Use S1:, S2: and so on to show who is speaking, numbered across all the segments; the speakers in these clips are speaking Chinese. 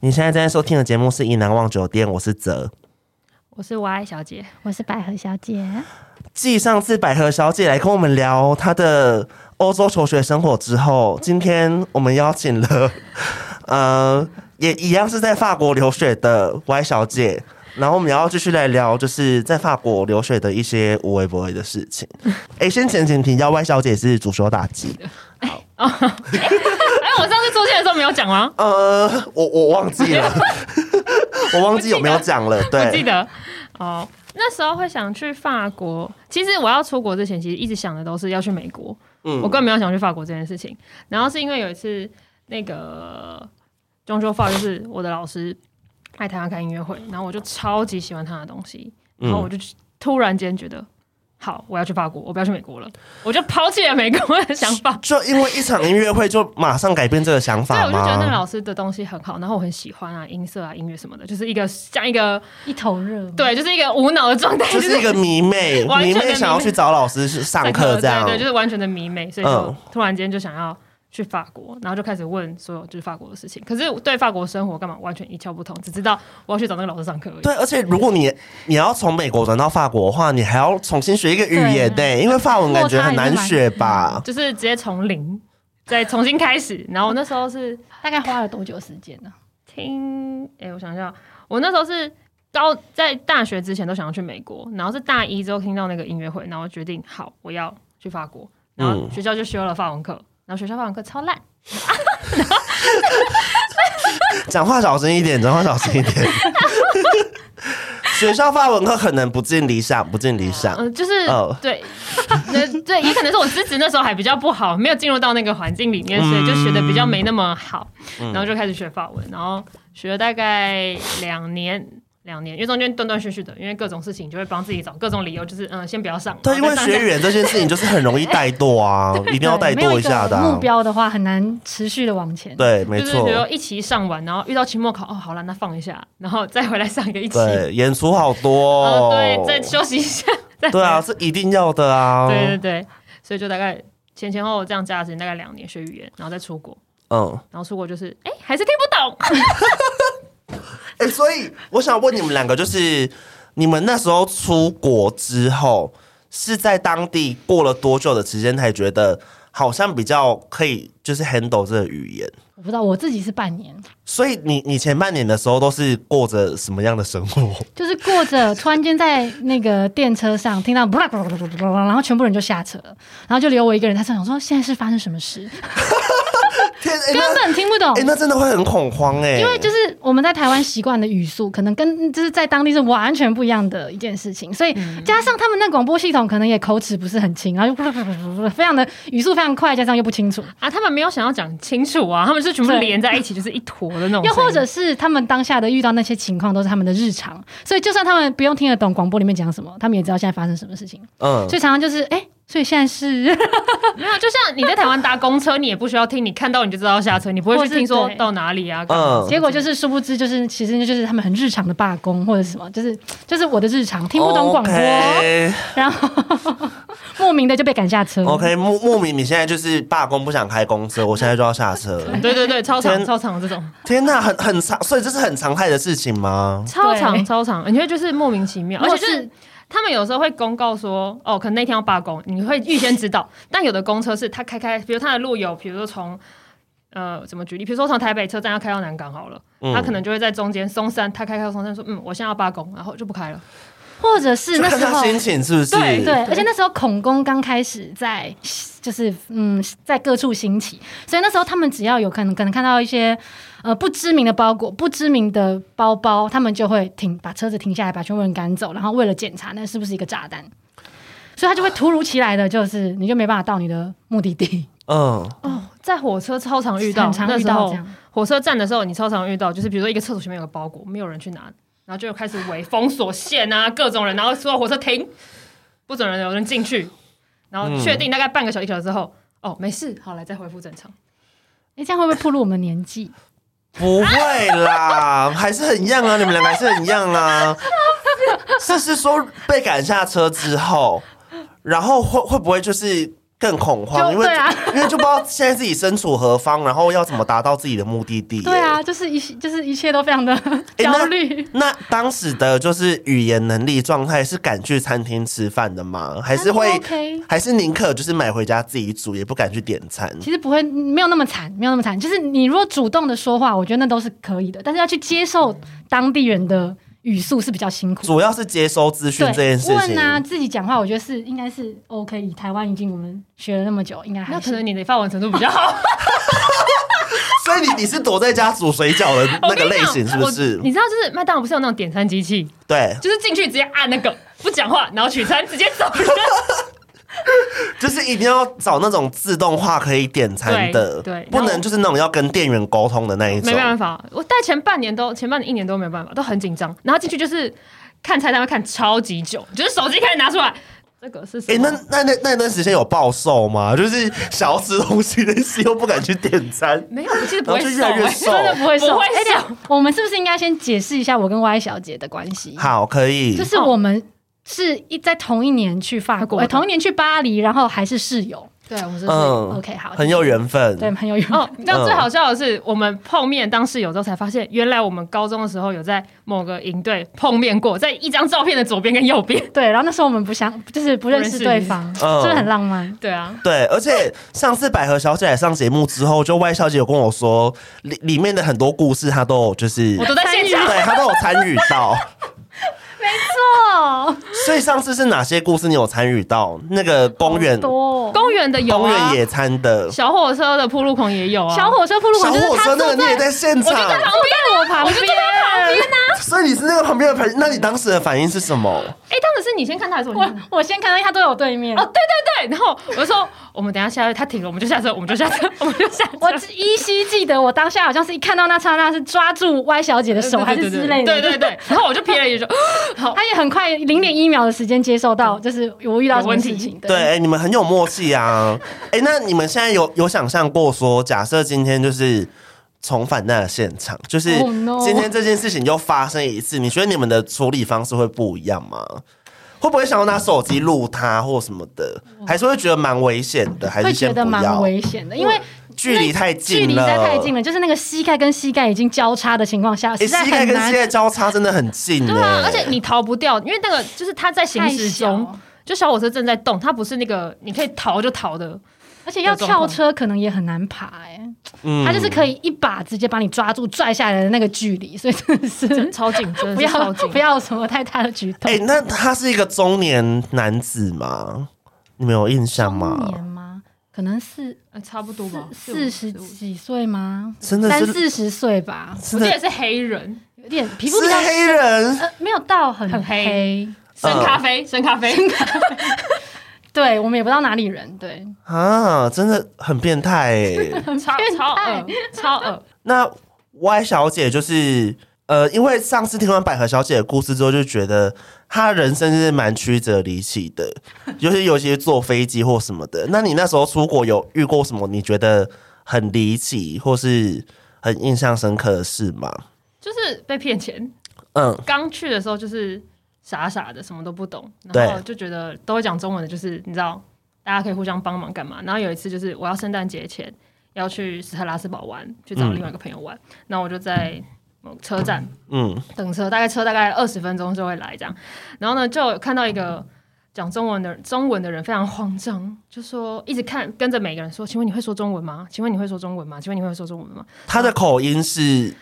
S1: 你现在正在收听的节目是《一难忘酒店》，我是泽。
S2: 我是 Y 小姐，
S3: 我是百合小姐，
S1: 继上次百合小姐来跟我们聊她的欧洲求学生活之后，今天我们邀请了， 呃，也一样是在法国留学的 Y 小姐，然后我们也要继续来聊，就是在法国留学的一些无微不微的事 情。哎、先前前提要 Y 小姐是主修打击，
S2: 哎、我上次出现的时候没有讲吗？
S1: 呃，我我忘记了， 我忘记有没有讲了，
S2: 我记
S1: 对，
S2: 得哦，那时候会想去法国。其实我要出国之前，其实一直想的都是要去美国，
S1: 嗯
S2: 我根本没有想去法国这件事情。然后是因为有一次那个中秋法就是我的老师来台湾开音乐会，然后我就超级喜欢他的东西，然后我就突然间觉得。好，我要去法国，我不要去美国了，我就抛弃了美国的想法，
S1: 就因为一场音乐会就马上改变这个想
S2: 所以
S1: 法
S2: 我就觉得那个
S1: 吗？
S2: 老师的东西很好，然后我很喜欢啊，音色啊，音乐什么的，就是一个像一个
S3: 一头热，，
S2: 对，就是一个无脑的状态，
S1: 就是一个迷妹，
S2: 完
S1: 迷
S2: 全的
S1: 妹想要
S2: 迷妹
S1: 去找老师上
S2: 上
S1: 课这样
S2: 对，对，就是完全的迷妹，所以就
S1: 嗯
S2: 突然间就想要去法国，然后就开始问所有就是法国的事情，可是对法国生活干嘛完全一窍不通，只知道我要去找那个老师上课而已。
S1: 对，而且如果你你要从美国转到法国的话，你还要重新学一个语
S2: 嗯
S1: 言呢、因为法文感觉很难学吧？
S2: 就是直接从零再重新开始，然后那时候是
S3: 大概花了多久时间呢？
S2: 听，哎、我想一下，我那时候是高在大学之前都想要去美国，然后是大一之后听到那个音乐会，然后决定好我要去法国，然后
S1: 嗯
S2: 学校就修了法文课，然后学校法文课超烂，
S1: 讲话小声一点， 讲话小声一点。学校法文课可能不尽理想，不尽理想。
S2: 嗯、就是、
S1: 哦
S2: 对，那对也可能是我资质那时候还比较不好，没有进入到那个环境里面，所以就学的比较没那么好，
S1: 嗯
S2: 然后就开始学法文，然后学了大概两年。两年，因为中间断断续续的，因为各种事情就会帮自己找各种理由，就是嗯，先不要上。
S1: 对，因
S2: 然后
S1: 为
S2: 再上
S1: 学语言这件事情就是很容易怠惰 啊， 一定要
S3: 对
S1: 怠
S3: 没有
S1: 惰一下的啊、
S3: 个目标的话，很难持续的往前。
S1: 对，没
S2: 就是比如
S1: 错
S2: 说。一期上完，然后遇到期末考，哦，好了，那放一下，然后再回来上一个一期，
S1: 对，演出好多、
S2: 呃
S1: 哦
S2: 对，再休息一下，再回
S1: 对
S2: 来
S1: 啊，是一定要的啊。
S2: 对对对，所以就大概前前后后这样加的时间大概两年学语言，然后再出国，
S1: 嗯，
S2: 然后出国就是哎、还是听不懂，
S1: 哎、所以我想问你们两个，就是你们那时候出国之后，是在当地过了多久的时间才觉得好像比较可以，就是 handle 这个语言？
S3: 我不知道我自己是半年，
S1: 所以你你前半年的时候都是过着什么样的生活？
S3: 就是过着，突然间在那个电车上听到， 然后全部人就下车了，然后就留我一个人在车上，想说现在是发生什么事，
S1: 天，哎、
S3: 根
S1: 那
S3: 本听不懂
S1: 哎、。那真的会很恐慌哎、
S3: 哦因为就是我们在台湾习惯的语速，可能跟就是在当地是完全不一样的一件事情，所以
S1: 嗯
S3: 加上他们那广播系统可能也口齿不是很清，然后就 非常的语速非常快，加上又不清楚，
S2: 啊，他们没有想要讲清楚啊，他们是全部
S3: 对
S2: 连在一起，就是一坨的那
S1: 哦
S2: 种声音，
S3: 又或者是他们当下的遇到那些情况都是他们的日常，所以就算他们不用听得懂广播里面讲什么，他们也知道现在发生什么事情，
S1: 嗯
S3: 所以常常就是哎、诶所以现在是。
S1: 哦
S2: 没有，就像你在台湾搭公车，你也不需要听，你看到你就知道要下车，你不会
S3: 或
S2: 去
S3: 是
S2: 听说
S3: 对
S2: 到哪里啊，干嘛
S1: 嗯，
S3: 结果就是殊不知，就是其实就是他们很日常的罢工或者是什么，就是就是我的日常，听不懂广播
S1: OK
S3: 然后 莫名的就被赶下车。
S1: OK，莫莫名你现在就是罢工不想开公车，我现在就要下车。
S2: 对对对，超
S1: 天
S2: 长超长这种，
S1: 天哪，很很常，所以这是很常态的事情吗？
S2: 超长
S3: 对
S2: 超长，你会就是莫名其妙，
S3: 如
S2: 而
S3: 果
S2: 且
S3: 是
S2: 就是他们有时候会公告说，哦，可能那天要罢工，你会预先知道。但有的公车是他开开，比如他的路由，比如说从呃怎么举例，比如说从台北车站要开到南港好了，
S1: 嗯
S2: 他可能就会在中间松山，他开开到松山说，嗯，我现在要罢工，然后就不开了。
S3: 或者是
S1: 就
S3: 那
S1: 看
S3: 时
S1: 他
S3: 候
S1: 心情是不是？
S2: 对
S3: 对，而且那时候恐攻刚开始在，就是嗯，在各处兴起，所以那时候他们只要有可能可能看到一些呃不知名的包裹、不知名的包包，他们就会停把车子停下来，把全部人赶走，然后为了检查那是不是一个炸弹，所以他就会突如其来的就是你就没办法到你的目的地，
S1: 嗯，
S2: 在火车超常 遇到，
S3: 很常
S2: 那
S3: 遇
S2: 时
S3: 到
S2: 候
S3: 这样。
S2: 火车站的时候，你超常遇到，就是比如说一个厕所前面有个包裹，没有人去拿，然后就开始围封锁线啊，各种人，然后所有火车停，不准人有人进去，然后确定大概半个小时一小时之后，哦，没事，好来再恢复正常。
S3: 哎、这样会不会暴露我们的年纪？
S1: 不会啦，还是很一样啊，你们两个还是很一样啊。是是说被赶下车之后，然后会会不会就是更恐慌？
S3: 就
S1: 因为、
S3: 对啊
S1: 因为就不知道现在自己身处何方，然后要怎么达到自己的目的地、
S3: 对啊，就是一就是一切都非常的
S1: 诶那
S3: 焦虑。
S1: 那当时的就是语言能力状态是敢去餐厅吃饭的吗？还是会、
S3: 餐厅 OK
S1: 还是宁可就是买回家自己煮，也不敢去点餐？
S3: 其实不会，没有那么惨，没有那么惨。就是你如果主动的说话，我觉得那都是可以的，但是要去接受当地人的语速是比较辛苦。
S1: 主要是接收资讯
S3: 对，
S1: 这件事情
S3: 问啊，自己讲话，我觉得是应该是 OK。以台湾已经我们学了那么久，应该还
S2: 那可
S3: 是
S2: 哎能你的发文程度比较 好。
S1: 所以你你是躲在家煮水饺的那
S2: 我跟
S1: 个
S2: 你
S1: 类
S2: 讲
S1: 型是不是
S2: 我？你知道，就是麦当劳不是有那种点餐机器，
S1: 对，
S2: 就是进去直接按那个不讲话，然后取餐直接走人。
S1: 就是一定要找那种自动化可以点餐的，
S2: 对对
S1: 不能就是那种要跟店员沟通的那一种
S2: 没。办法， 我大概前半年都前半年一年都没办法，都很紧张。然后进去就是看菜单会看超级久，就是手机开始拿出来，这个是
S1: 哎、
S2: 什么？
S1: 那那那那段时间有暴瘦吗？ 就是想要吃东西，但是又不敢去点 餐。
S2: 没有，我记得不会
S1: 然后就
S2: 瘦、
S1: 越来越
S2: 欸，
S1: 瘦
S2: 真的
S3: 不会瘦。
S2: 不会
S3: 哎
S2: 瘦
S3: 等一下我们是不是应该先解释一下我跟 Y 小姐的关系？
S1: 好，可以，
S3: 就是我们是一在同一年去法
S2: 法
S3: 国，
S2: 国
S3: 哎
S2: 的
S3: 同一年去巴黎，然后还是室友。
S2: 对，我们是
S1: 嗯
S3: OK，好，
S1: 很有缘分。
S3: 对，很有缘。
S2: 哦，那
S1: 嗯
S2: 最好笑的是，我们碰面当室友之后才发现，原来我们高中的时候有在某个营队碰面过，在一张照片的左边跟右边。
S3: 对，然后那时候我们不相，就是不认识
S2: 不认识
S3: 对方，是
S1: 嗯
S3: 不是很浪漫？
S2: 对啊，
S1: 对，而且上次百合小姐来上节目之后，就外小姐有跟我说，里里面的很多故事她都有，就是
S2: 我都在现场。
S1: 对她都有参与到。
S3: 哦，
S1: 所以上次是哪些故事你有参与到？那个公园、
S3: 好
S2: 啊
S3: 多哦
S2: 公园的有
S1: 公
S2: 啊
S1: 园，野餐的
S2: 小火车的铺路狂也有啊，
S3: 小火车铺路
S1: 小
S3: 口就是
S1: 火
S3: 他
S1: 车那
S3: 坐
S1: 个你
S3: 在
S1: 也在现
S2: 我就在
S1: 场，
S2: 旁边啊，我旁我就坐在旁边啊。
S1: 所以你是那个旁边的朋友，那你当时的反应是什么？
S2: 哎，当时是你先看他还是我先看他？
S3: 我我先看到他坐在我对面，
S2: 哦，对对对，然后我就说，我们等一下下车，他停了，我们就下车，我们就下车，我们就下车。
S3: 我只依稀记得我当下好像是一看到那刹那是抓住 Y 小姐的手还是之类的，
S2: 对对对对对对，然后我就瞥了一眼说，好，
S3: 他也很快零点一秒的时间接受到，就是我遇到什
S2: 有
S3: 么事
S2: 问
S3: 情
S2: 题
S3: 的。
S1: 对，哎、你们很有默契啊！哎、那你们现在有有想象过说，假设今天就是重返那个现场，就是
S3: Oh no
S1: 今天这件事情又发生一次，你觉得你们的处理方式会不一样吗？会不会想要拿手机录他或什么的？还是会觉得蛮危险的？还
S3: 会
S1: 是先不
S3: 觉得蛮
S1: 要？
S3: 危险的，因为
S1: 距离太
S3: 距
S1: 近了，
S3: 离实在太近了，就是那个膝盖跟膝盖已经交叉的情况下，
S1: 哎、
S3: 实在
S1: 膝盖
S3: 很
S1: 跟
S3: 难
S1: 膝盖交叉真的很近、欸，
S2: 对啊，而且你逃不掉，因为那个就是他在行
S3: 太
S2: 驶
S3: 小
S2: 中，，就小火车正在动，它不是那个你可以逃就逃的，
S3: 而且要跳车可能也很难爬哎，
S1: 嗯
S3: 他就是可以一把直接把你抓住拽下来的那个距离，所以真的是
S2: 超近， 真
S3: 不
S2: 的是超
S3: 要
S2: 近。
S3: 不要什么太大的举动
S1: 哎、。那他是一个中年男子吗？你们有印象
S3: 中
S1: 吗
S3: 年？吗？可能四
S2: 呃差不多吧，
S3: 四十
S2: 五
S3: 几岁吗？
S1: 真的
S3: 三
S1: 是
S3: 四十岁吧，
S2: 我
S1: 真
S2: 记
S1: 的
S2: 得是黑人，
S3: 有点皮肤比
S1: 是
S3: 较
S1: 黑人，
S3: 呃没有到很
S2: 很黑
S3: 黑。
S1: 呃
S2: 深咖啡，深咖啡，
S3: 对我们也不知道哪里人，对
S1: 啊，真的很变态 哎、
S3: 啊
S2: 超超恶，超恶。
S1: 那 Y 小姐就是呃，因为上次听完百合小姐的故事之后，就觉得她人生是蛮曲折离奇 的，尤其尤其是坐飞机或什么的。那你那时候出国有遇过什么你觉得很离奇或是很印象深刻的事吗？
S2: 就是被骗钱，
S1: 嗯，
S2: 刚去的时候就是傻傻的，什么都不懂，
S1: 对
S2: 然后就觉得都会讲中文的，就是你知道，大家可以互相帮忙干嘛。然后有一次就是我要圣诞节前要去斯特拉斯堡玩，去找
S1: 嗯
S2: 另外一个朋友玩，那、我就在某车站
S1: 嗯，
S2: 等车，大概车大概二十分钟就会来这样。然后呢，就有看到一个讲中文的中文的人非常慌张，就说一直看跟着每个人说：“请问你会说中文吗？请问你会说中文吗？请问你会说中文吗
S1: 她的口音是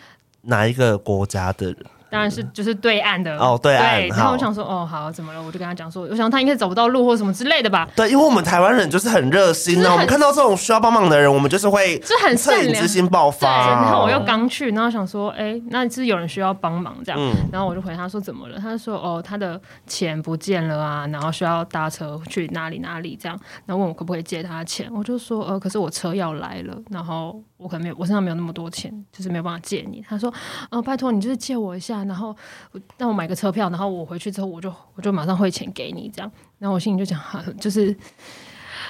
S1: 哪一个国家的人？？”
S2: 当然是就是对岸的
S1: 嗯哦对岸
S2: 然后
S1: 好
S2: 我想说：“哦，好，怎么了？”我就跟他讲说：“我想他应该找不到路或什么之类的吧。”
S1: 对，因为我们台湾人就是很热心
S2: 就是
S1: 啊，
S2: 很
S1: 我们看到这种需要帮忙的人，我们就是会
S2: 就是很善
S1: 恻隐
S2: 良
S1: 之心爆
S2: 对，
S1: 发、
S2: 然后我
S1: 哦
S2: 又刚去，然后想说，哎、那是有人需要帮忙这样，
S1: 嗯
S2: 然后我就回他说怎么了？他就说哦，他的钱不见了啊，然后需要搭车去哪里哪里这样，然后问我可不可以借他的钱，我就说呃，可是我车要来了，然后我可能没有，我身上没有那么多钱，就是没有办法借你。他说，呃，拜托你就是借我一下，然后我让我买个车票，然后 我回去之后我就我就马上汇钱给你这样，然后我心里就想，哈就是。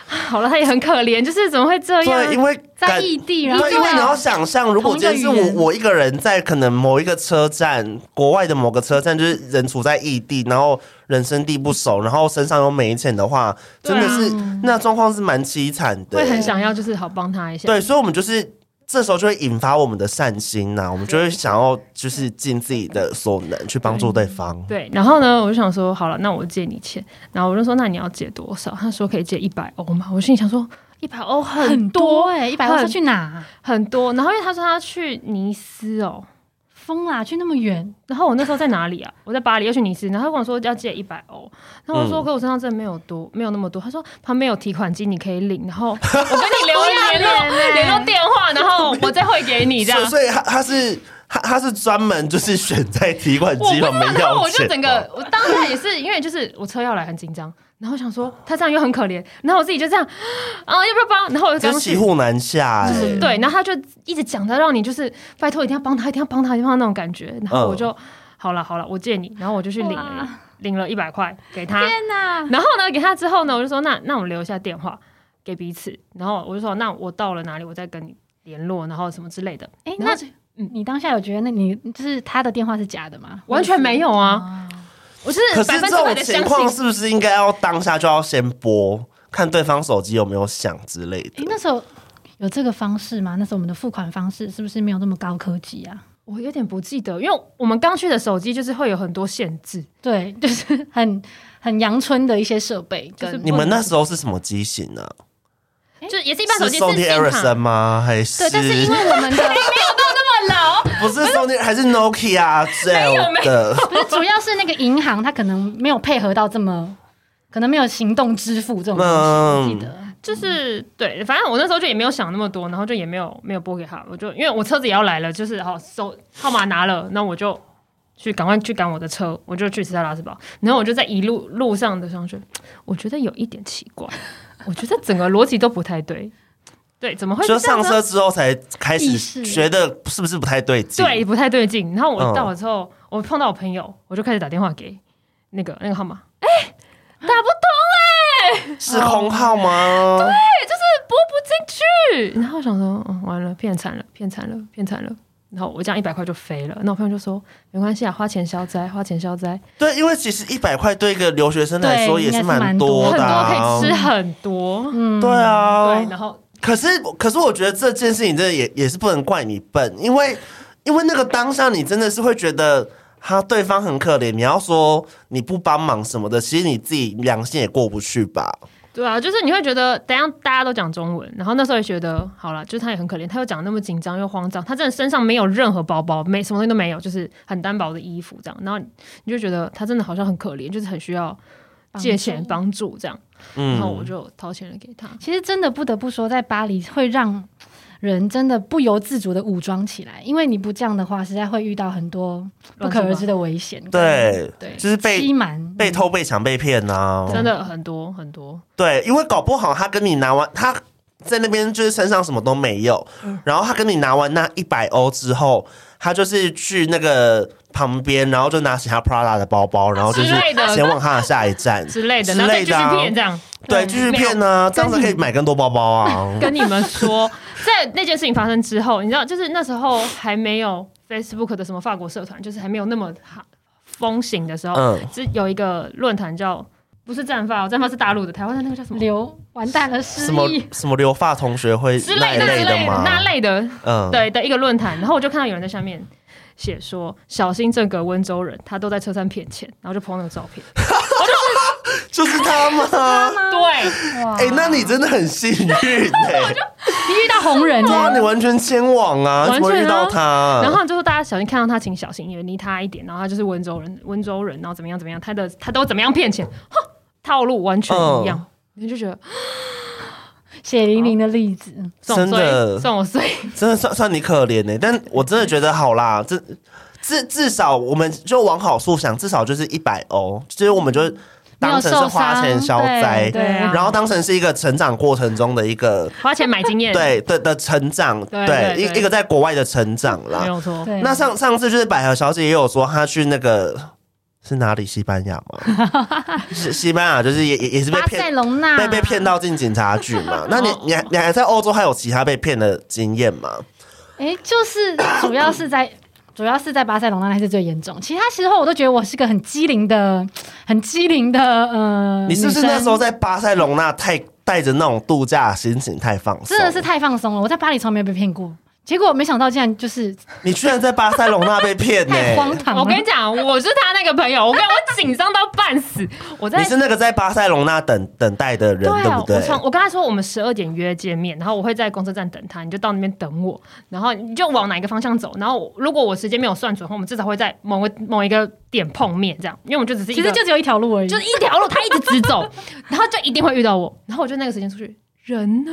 S2: 好了，他也很可怜，就是怎么会这样？
S1: 对，啊因为
S3: 啊在
S1: 感
S3: 异地，然后啊
S1: 对，因为你要想象，如果今天是
S3: 同一个
S1: 我
S3: 语言
S1: 我一个人在可能某一个车站，国外的某个车站，就是人处在异地，然后人生地不熟，然后身上有美钱的话，
S2: 对
S1: 真
S2: 啊
S1: 的是、那状况是蛮凄惨的
S2: 会。很想要，就是好帮他一下。
S1: 对，所以我们就是这时候就会引发我们的善心呐、我们就会想要就是尽自己的所能去帮助对方。
S2: 对，然后呢，我就想说，好了，那我借你钱。然后我就说，那你要借多少？他说可以借一百欧嘛。我心里想说，一百欧很
S3: 很
S2: 多
S3: 多哎、一百万
S2: 很
S3: 他去哪？
S2: 很多。然后因为他说他要去尼斯哦，
S3: 疯啦，去那么远，
S2: 然后我那时候在哪里啊？ 我在巴黎，要去尼斯。然后他跟我说要借一百欧，然后我
S1: 嗯
S2: 说、可我身上真的没有多，没有那么多。他说旁边有提款机，你可以领。然后我跟你留联络联络电话，然后我再汇给你这
S1: 所以
S2: 样。
S1: 所
S2: 啊
S1: 以他他是他他是专门就是选在提款
S2: 我不
S1: 机
S2: 知道
S1: 旁边，
S2: 然后
S1: 要
S2: 我就
S1: 钱哦
S2: 整
S1: 的
S2: 个，我当下也是因为就是我车要来很紧张，然后想说他这样又很可怜，然后我自己就这样啊，要不要帮？然后我就
S1: 真
S2: 刚
S1: 骑
S2: 去。
S1: 虎难下、欸，
S3: 就是
S2: 对，然后他就一直讲的，让你就是拜托一定要帮他，一定要帮他，一定要帮他那种感觉。然
S1: 嗯
S2: 后我就、好了好了，我借你，然后我就去领了
S3: 哇
S2: 领了一百块给他。
S3: 天哪！
S2: 然后呢，给他之后呢，我就说那那我们留一下电话给彼此，然后我就说那我到了哪里我再跟你联络，然后什么之类的，
S3: 哎、
S2: 然后
S3: 那你当下有觉得那你就是他的电话是假的吗？
S2: 完全没有啊，
S3: 啊，
S2: 我是
S1: 可
S2: 百
S1: 是
S2: 分
S1: 这
S2: 之百
S1: 种
S2: 的
S1: 情
S2: 相
S1: 况
S2: 信。
S1: 是不是应该要当下就要先拨，看对方手机有没有响之类
S3: 哎、
S1: 的？
S3: 那时候有这个方式吗？那时候我们的付款方式是不是没有那么高科技啊？
S2: 我有点不记得，因为我们刚去的手机就是会有很多限制，
S3: 对， 就是很很阳春的一些设备
S2: 就是
S3: 跟
S1: 你们那时候是什么机型呢、
S2: 就也是一般手
S1: 是
S2: 机
S1: Sony
S2: 信
S1: Ericsson
S2: 卡，
S1: 吗？还是
S3: 对，但是因为我们的
S2: 那么老，
S1: 不是 Sony 还是 Nokia
S2: 没
S1: Gel 的？
S3: 不是主要是那个银行，它可能没有配合到这么，可能没有行动支付这种东西，我记得。
S2: 就是对，反正我那时候就也没有想那么多，然后就也没有没有拨给他，我就因为我车子也要来了，就是好手号码拿了，那我就去赶快去赶我的车，我就去斯特拉斯堡，然后我就在一路路上的上去，我觉得有一点奇怪，我觉得整个逻辑都不太对，对，怎么会是
S1: 就
S2: 这样
S1: 上
S2: 呢
S1: 车之后才开
S3: 意
S1: 始
S3: 识
S1: 觉得是不是不太对劲？
S2: 对，不太对劲。然后我
S1: 嗯
S2: 到了之后，我碰到我朋友，我就开始打电话给那个那个号码，哎、打不通哎、
S1: 是空号吗？
S2: 拨不进去。然后我想说，嗯，完了，骗惨了，骗惨了，骗惨了。然后我这样一百块就飞了。那我朋友就说，没关系啊，花钱消灾，花钱消灾，
S1: 对，因为其实一百块对一个留学生来说
S3: 对
S1: 也
S3: 应该是
S1: 蛮
S3: 蛮多
S2: 很
S1: 的、
S2: 多可
S1: 啊，
S2: 以吃很多。
S3: 嗯，
S1: 对啊
S2: 对，，然后
S1: 可是，可是我觉得这件事情真的也也是不能怪你笨，因为因为那个当下你真的是会觉得他对方很可怜，你要说你不帮忙什么的，其实你自己良心也过不去吧？
S2: 对啊，就是你会觉得，等一下大家都讲中文，然后那时候也觉得，好了，就是他也很可怜，他又讲得那么紧张又慌张，他真的身上没有任何包包，没什么东西都没有，就是很单薄的衣服这样，然后你就觉得他真的好像很可怜，就是很需要借钱帮助这样，然后我
S1: 嗯，
S2: 就掏钱了给他。
S3: 其实真的不得不说，在巴黎会让人真的不由自主的武装起来，因为你不这样的话，实在会遇到很多不可而知的危险。
S1: 对，
S2: 对，
S1: 就是
S3: 欺
S1: 被
S3: 瞒
S1: 被偷、被抢、被骗啊，
S2: 真的很多很多，
S1: 对，因为搞不好他跟你拿完，他在那边就是身上什么都没有，
S2: 嗯
S1: 然后他跟你拿完那一百欧之后，他就是去那个旁边，然后就拿起他 Prada 的包包，然后就是
S2: 之类的
S1: 前往他的下一站
S2: 之类的，
S1: 之
S2: 然后再
S1: 类
S2: 继
S1: 的
S2: 续
S1: 啊
S2: 骗这样。
S1: 对，继续骗呢，这样子可以买更多包包啊。
S2: 跟你们说，在那件事情发生之后，你知道，就是那时候还没有 Facebook 的什么法国社团，就是还没有那么哈风行的时候，
S1: 嗯，
S2: 是有一个论坛叫不是战发、哦，战发是大陆的，台湾的那个叫什么
S3: 流，完蛋了，失
S1: 什么
S3: 忆。
S1: 什么留发同学会
S2: 之
S1: 那
S2: 类
S1: 一
S2: 的之
S1: 类
S2: 类的
S1: 吗？
S2: 那类的，
S1: 嗯，
S2: 对的一个论坛，然后我就看到有人在下面写说小心这个温州人，他都在车上骗钱，然后就 po 那个照片，
S1: 就是他 吗？
S2: 对。
S3: 哇
S1: 哎，那你真的很幸运哎，
S3: 你遇到红人
S1: 对啊，
S3: 呢？
S1: 你完全前往啊，
S2: 完
S1: 怎
S2: 全啊
S1: 么会遇到他？
S2: 然后就是大家小心看到他，请小心，远离他一点。然后他就是温州人，温州人，然后怎么样怎么样，他的他都怎么样骗钱，哼，套路完全一
S1: 哦
S2: 样。你就觉得
S3: 血淋淋的例子，
S2: 算
S1: 真
S2: 我衰，
S1: 的
S2: 算我衰，
S1: 真的算算你可怜呢、欸但我真的觉得好啦，这至至少我们就往好处想，至少就是一百欧，就是我们就
S3: 没有
S1: 当成是
S3: 受
S1: 花
S3: 伤，
S1: 钱消灾
S3: 对，对啊
S1: 然后当成是一个成长过程中的一个
S2: 花钱买经验，，
S1: 对对的成长，
S2: 对对对
S1: 一一个在国外的成长
S2: 没
S1: 啦。
S2: 有错。
S3: 对
S1: 那上上次就是百合小姐也有说，她去那个是哪里？西班牙吗？ 是西班牙，就是也也也是被
S3: 巴塞
S1: 骗，
S3: 隆纳
S1: 被被骗到进警察局嘛。那 你你还你还在欧洲还有其他被骗的经验吗？
S3: 哎，就是主要是在主要是在巴塞隆那那是最严重，其他时候我都觉得我是个很机灵的、很机灵的呃。
S1: 你是不是
S3: 女生
S1: 那时候在巴塞隆纳太带着那种度假心情太放松？
S3: 真的是，太放松了？我在巴黎从来没有被骗过，结果没想到竟然就是
S1: 你居然在巴塞隆纳被骗呢、
S3: 太荒唐了。
S2: 我跟你讲，我是他那个朋友，我跟我紧张到半死。 我在
S1: 你是那个在巴塞隆纳等等待的人，对
S2: 啊
S1: 不，对
S2: 我？从我跟他说我们十二点约见面，然后我会在公车站等他，你就到那边等我，然后你就往哪一个方向走，然后我如果我时间没有算准的话，我们至少会在某个某一个点碰面，这样，因为我们就只是一
S3: 其
S2: 个
S3: 实就只有一条路而已，
S1: 嗯
S2: 就是一条路，他一直直走， 然后就一定会遇到我。然后我就那个时间出去，人呢？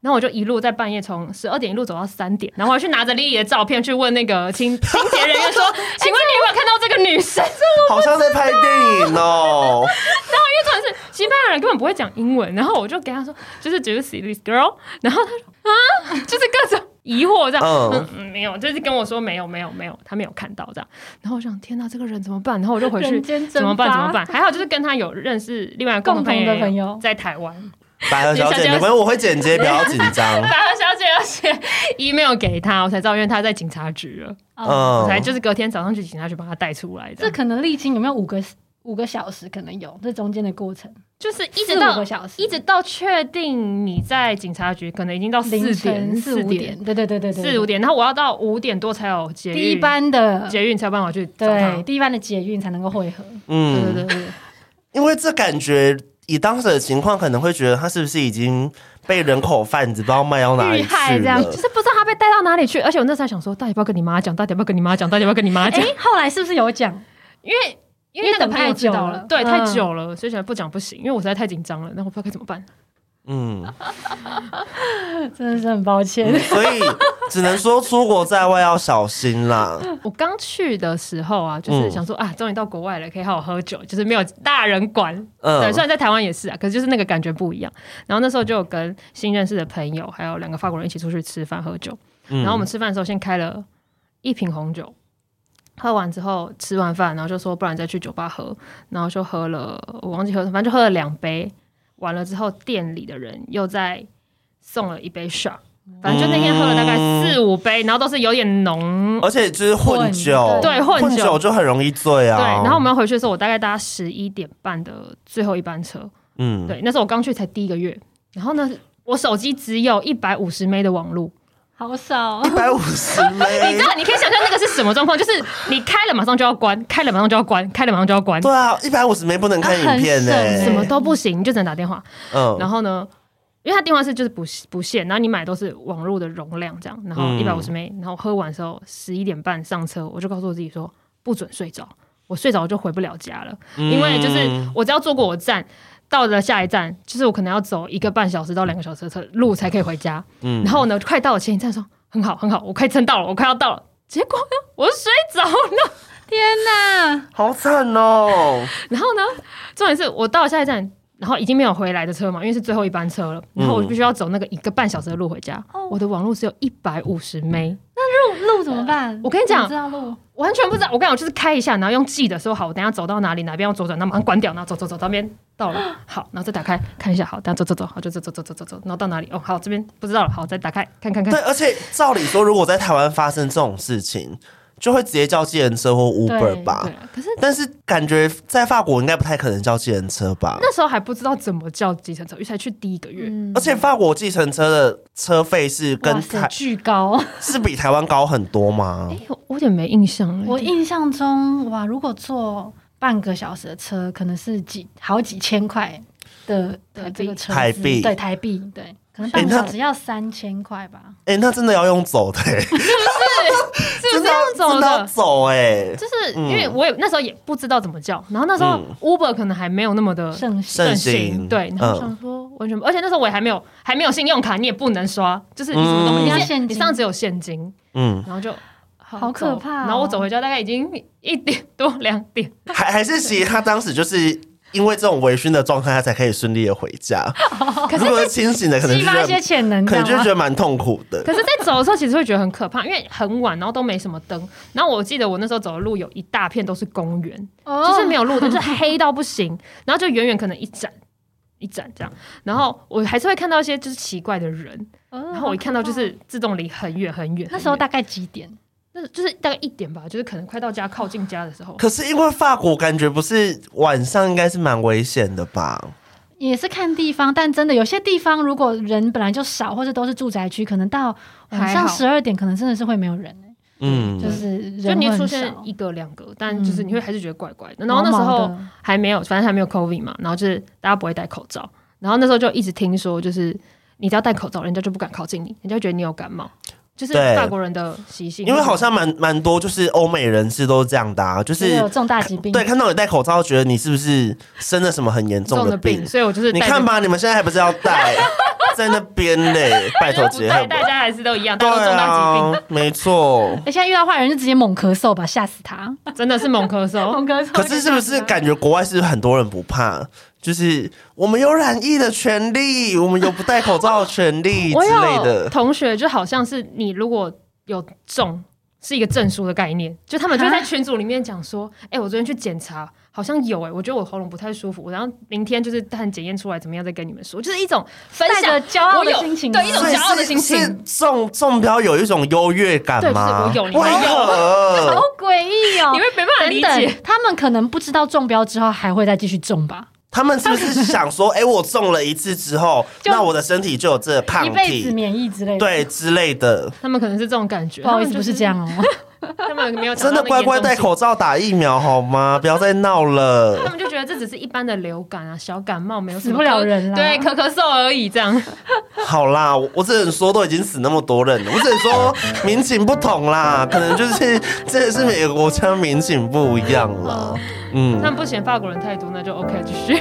S2: 然后我就一路在半夜从十二点一路走到三点，然后我还去拿着丽丽的照片去问那个清清洁人员说：“ 哎请问你有没有看到这个女生？”
S1: 好像在拍电影哦、
S2: 因为真的是西班牙人根本不会讲英文，然后我就给他说就是 juicy this girl，然后他说啊，就是各种疑惑这样，
S1: 嗯
S2: 嗯嗯，没有，就是跟我说没有没有没有，他没有看到这样，然后我想天哪，这个人怎么办？然后我就回去
S3: 人间蒸发
S2: 怎么办怎么办？还好就是跟他有认识另外一个共同朋友
S3: 共同的朋友
S2: 在台湾，
S1: 百合小
S2: 你想
S1: 姐，
S2: 象
S1: 没关系，我会剪接，不要紧张。
S2: 白河小姐要写 email 给他，我才知道因为他在警察局了，
S3: 哦
S2: 我
S1: 嗯，
S2: 才就是隔天早上去警察局把他带出来
S3: 这
S2: 的，
S3: 可能历经有没有五个五个小时？可能有这中间的过程，
S2: 就是一
S3: 四
S2: 直
S3: 五
S2: 到
S3: 个。小时，
S2: 一直到确定你在警察局，可能已经到四
S3: 凌
S2: 点、
S3: 晨四五
S2: 点
S3: 点，对对对对对，
S2: 四五点，然后我要到五点多才有捷运，
S3: 第一班的
S2: 捷运啊才有办法去找
S3: 对
S2: 他。
S3: 第一班的捷运才能够汇合，
S2: 对对
S1: 嗯，
S2: 对对，对
S1: 因为这感觉，以当时的情况，可能会觉得他是不是已经被人口贩子不知道卖到哪里
S3: 遇害
S1: 去
S3: 这样
S1: 了
S2: 就。是不知道他被带到哪里去，而且我那时候还想说，到底要不要跟你妈讲，到底要不要跟你妈讲，到底要不要跟你妈
S3: 哎
S2: 讲，，
S3: 后来是不是有讲？
S2: 因为。因为那个朋友知道了，嗯
S3: 因为
S2: 对，
S3: 等太久了嗯
S2: 太久了，所以想不讲不行，因为我实在太紧张了，那我不知道该怎么办。
S1: 嗯，
S3: 真的是很抱歉，
S2: 嗯
S1: 所以只能说出国在外要小心啦。
S2: 我刚去的时候啊，就是
S1: 嗯
S2: 想说啊，终于到国外了，可以好好喝酒，就是没有大人管，对，
S1: 嗯
S2: 虽，然在台湾也是啊，可是就是那个感觉不一样。然后那时候就有跟新认识的朋友，还有两个法国人一起出去吃饭喝酒。
S1: 嗯
S2: 然后我们吃饭的时候先开了一瓶红酒，喝完之后吃完饭，然后就说不然再去酒吧喝，然后就喝了，我忘记喝什么，反正就喝了两杯。完了之后，店里的人又再送了一杯 shot，反正就那天喝了大概
S1: 嗯
S2: 四五杯，然后都是有点 浓。
S1: 而且就是混酒，
S3: 混
S2: 对混酒
S1: 混酒就很容易醉啊。
S2: 对，然后我们要回去的时候，我大概搭十一点半的最后一班车，
S1: 嗯，
S2: 对，那时候我刚去才第一个月，然后呢，我手机只有一百五十 M 的网络，
S3: 好少
S2: 哦
S1: 一百五十
S2: 你知
S1: 枚，
S2: 道，啊你可以想象那个是什么状况，就是你开了马上就要关，开了马上就要关，开了马上就要关，
S1: 对啊，一百五十枚不能看影片呢、
S3: 啊很省
S2: 什么都不行，你就只能打电话。
S1: 嗯，
S2: 然后呢，因为它电话是就是不不限，然后你买都是网络的容量这样，然后
S1: 嗯
S2: 一百五十 M，然后喝完的时候十一点半上车，我就告诉我自己说不准睡着，我睡着我就回不了家了。因为就是
S1: 嗯
S2: 我只要坐过我站，到了下一站，就是我可能要走一个半小时到两个小时的车路才可以回家。
S1: 嗯
S2: 然后呢，快到了前一站说很好很好，我快撑到了，我快要到了。结果呢，我睡着了。
S3: 天哪！
S1: 好惨哦，
S2: 然后呢，重点是我到了下一站，然后已经没有回来的车嘛，因为是最后一班车了。然后我
S1: 嗯
S2: 必须要走那个一个半小时的路回家。
S3: 哦
S2: 我的网络只有一百五十 m
S3: 路路怎么办？
S2: 我跟你讲
S3: 知道路
S2: 完全不知道。我刚我就是开一下，然后用记的说好，我等一下走到哪里，哪边要左转，然后马上关掉，然后走走走到那边到了，好，然后再打开看一下，好，等一下走走走，好，就走走走走走走，然后到哪里？哦，好，这边不知道了，好，再打开看看看
S1: 对，。而且照理说，如果在台湾发生这种事情，就会直接叫计程车或 Uber 吧
S2: 对。，啊可是
S1: 但是感觉在法国应该不太可能叫计程车吧，
S2: 那时候还不知道怎么叫计程车，因为才去第一个
S3: 嗯
S2: 月，
S1: 而且法国计程车的车费是跟
S3: 哇塞
S1: 台
S3: 巨高，
S1: 是比台湾高很多吗
S2: 哎？、我我有点没印象了。
S3: 我印象中哇，如果坐半个小时的车，可能是几好几千块的
S2: 台币
S3: 的这个车资
S1: 台币
S3: 对台币对，可能半个
S1: 哎那
S3: 小时要三千块吧。
S1: 哎、那真的要用走 的、欸，
S2: 是
S1: 真
S2: 不是
S1: 的要
S2: 要走
S1: 真的要
S2: 的？
S1: 走哎、
S2: 就是因为我也那时候也不知道怎么叫，然后那时候
S1: 嗯
S2: Uber 可能还没有那么的
S3: 盛行
S1: 盛行嗯
S2: 行，对，然后我想说完全不，而且那时候我也还没有还没有信用卡，你也不能刷，就是你什么都
S1: 嗯
S2: 没有，
S3: 要
S2: 你
S3: 现
S2: 现
S3: 金
S2: 你身上只有现金，
S1: 嗯，
S2: 然后就
S3: 好可怕哦
S2: 走然后我走回家大概已经一点多两点，
S1: 还还是其实他当时就是因为这种微醺的状态，他才可以顺利的回家。
S2: 可是
S1: 如果是清醒的，可能
S3: 激
S1: 就
S3: 发一
S1: 觉
S3: 些
S1: 得
S3: 潜能，
S1: 可能
S3: 这
S1: 就
S3: 样
S1: 觉
S3: 吗？
S1: 得蛮痛苦的。
S2: 可是，在走的时候，其实会觉得很可怕，因为很晚，然后都没什么灯。然后我记得我那时候走的路有一大片都是公园，
S3: 哦
S2: 就是没有路灯，就是黑到不行。 然后就远远可能一盏一盏这样，然后我还是会看到一些就是奇怪的人。
S3: 哦
S2: 然后我一看到就是自动离很远很远很远。
S3: 那时候大概几点？
S2: 那就是大概一点吧，就是可能快到家靠近家的时候。
S1: 可是因为法国感觉不是晚上应该是蛮危险的吧？
S3: 也是看地方，但真的有些地方如果人本来就少，或者都是住宅区，可能到晚上
S2: 还好
S3: 十二点，可能真的是会没有人、
S1: 嗯，
S3: 就是人
S2: 就你
S3: 会
S2: 会
S3: 很
S2: 出现
S3: 少嗯
S2: 一个两个，但就是你会还是觉得怪怪的。然后那
S3: 毛
S2: 时
S3: 毛
S2: 候
S3: 的
S2: 还没有，反正还没有 COVID 嘛，然后就是大家不会戴口罩，然后那时候就一直听说，就是你只要戴口罩，人家就不敢靠近你，人家就觉得你有感冒，就是
S1: 对
S2: 法国人的习性。
S1: 因为好像蛮蛮多就是欧美人士都是这样的啊，就
S3: 就是有
S1: 是
S3: 重大疾病，
S1: 对看到你戴口罩，觉得你是不是生了什么很严重
S2: 重
S1: 的
S2: 的
S1: 病
S2: 病，？所以我就是
S1: 你
S2: 戴着
S1: 看，吧，你们现在还不是要 戴，在那边嘞，拜
S2: 就
S1: 托
S2: 是不
S1: 姐，
S2: 戴，大家还是都一样，
S1: 对
S2: 大家都重大疾病，
S1: 啊，没错。
S3: 而现在遇到坏人就直接猛咳嗽吧，吓死他！
S2: 真的是 猛咳嗽。
S3: 咳嗽
S1: 可是是不是感觉国外是不是很多人不怕？就是我们有染疫的权利，我们有不戴口罩的权利之
S2: 我
S1: 类
S2: 有
S1: 的。
S2: 同学就好像是你如果有中。是一个证书的概念，就他们就在群组里面讲说，哎、我昨天去检查，好像有哎、我觉得我喉咙不太舒服，然后明天就是看检验出来怎么样再跟你们说，就是一种分
S3: 带
S2: 享
S3: 着骄傲
S2: 我
S3: 的
S2: 有
S3: 心情吗，
S2: 对一种骄傲的心
S1: 所
S2: 情
S1: 以是是中中标有一种优越感
S2: 对
S1: 吗？
S2: 就是我有你没有
S1: 有
S3: 好诡异哦
S2: 你。会没办法理
S3: 等
S2: 解。
S3: 等，他们可能不知道中标之后还会再继续中吧，
S1: 他们是不是想说，哎、我中了一次之 后，
S3: 就
S1: 那我的身体就有这个抗
S3: 一辈子
S1: 体，
S3: 免疫之类的。，
S1: 对之类的？
S2: 他们可能是这种感觉，
S3: 不好意思，
S2: 他
S3: 不
S2: 们就是
S3: 这，样哦。
S2: 他们没有
S1: 真的乖乖戴
S2: 罩，
S1: 口罩打疫苗好吗？不要再闹
S2: 他
S1: 了。
S2: 们就觉得这只是一般的流感啊，小感冒没有什
S3: 死
S2: 么
S3: 不了
S2: 咳
S3: 人啦
S2: 对，咳咳嗽而已这样。
S1: 好啦，我我只能说都已经死那么多人了，我只能说民情不同啦，可能就是真的是每个国家民情不一样啦。嗯，
S2: 但不嫌法国人太多，那就 OK 继续。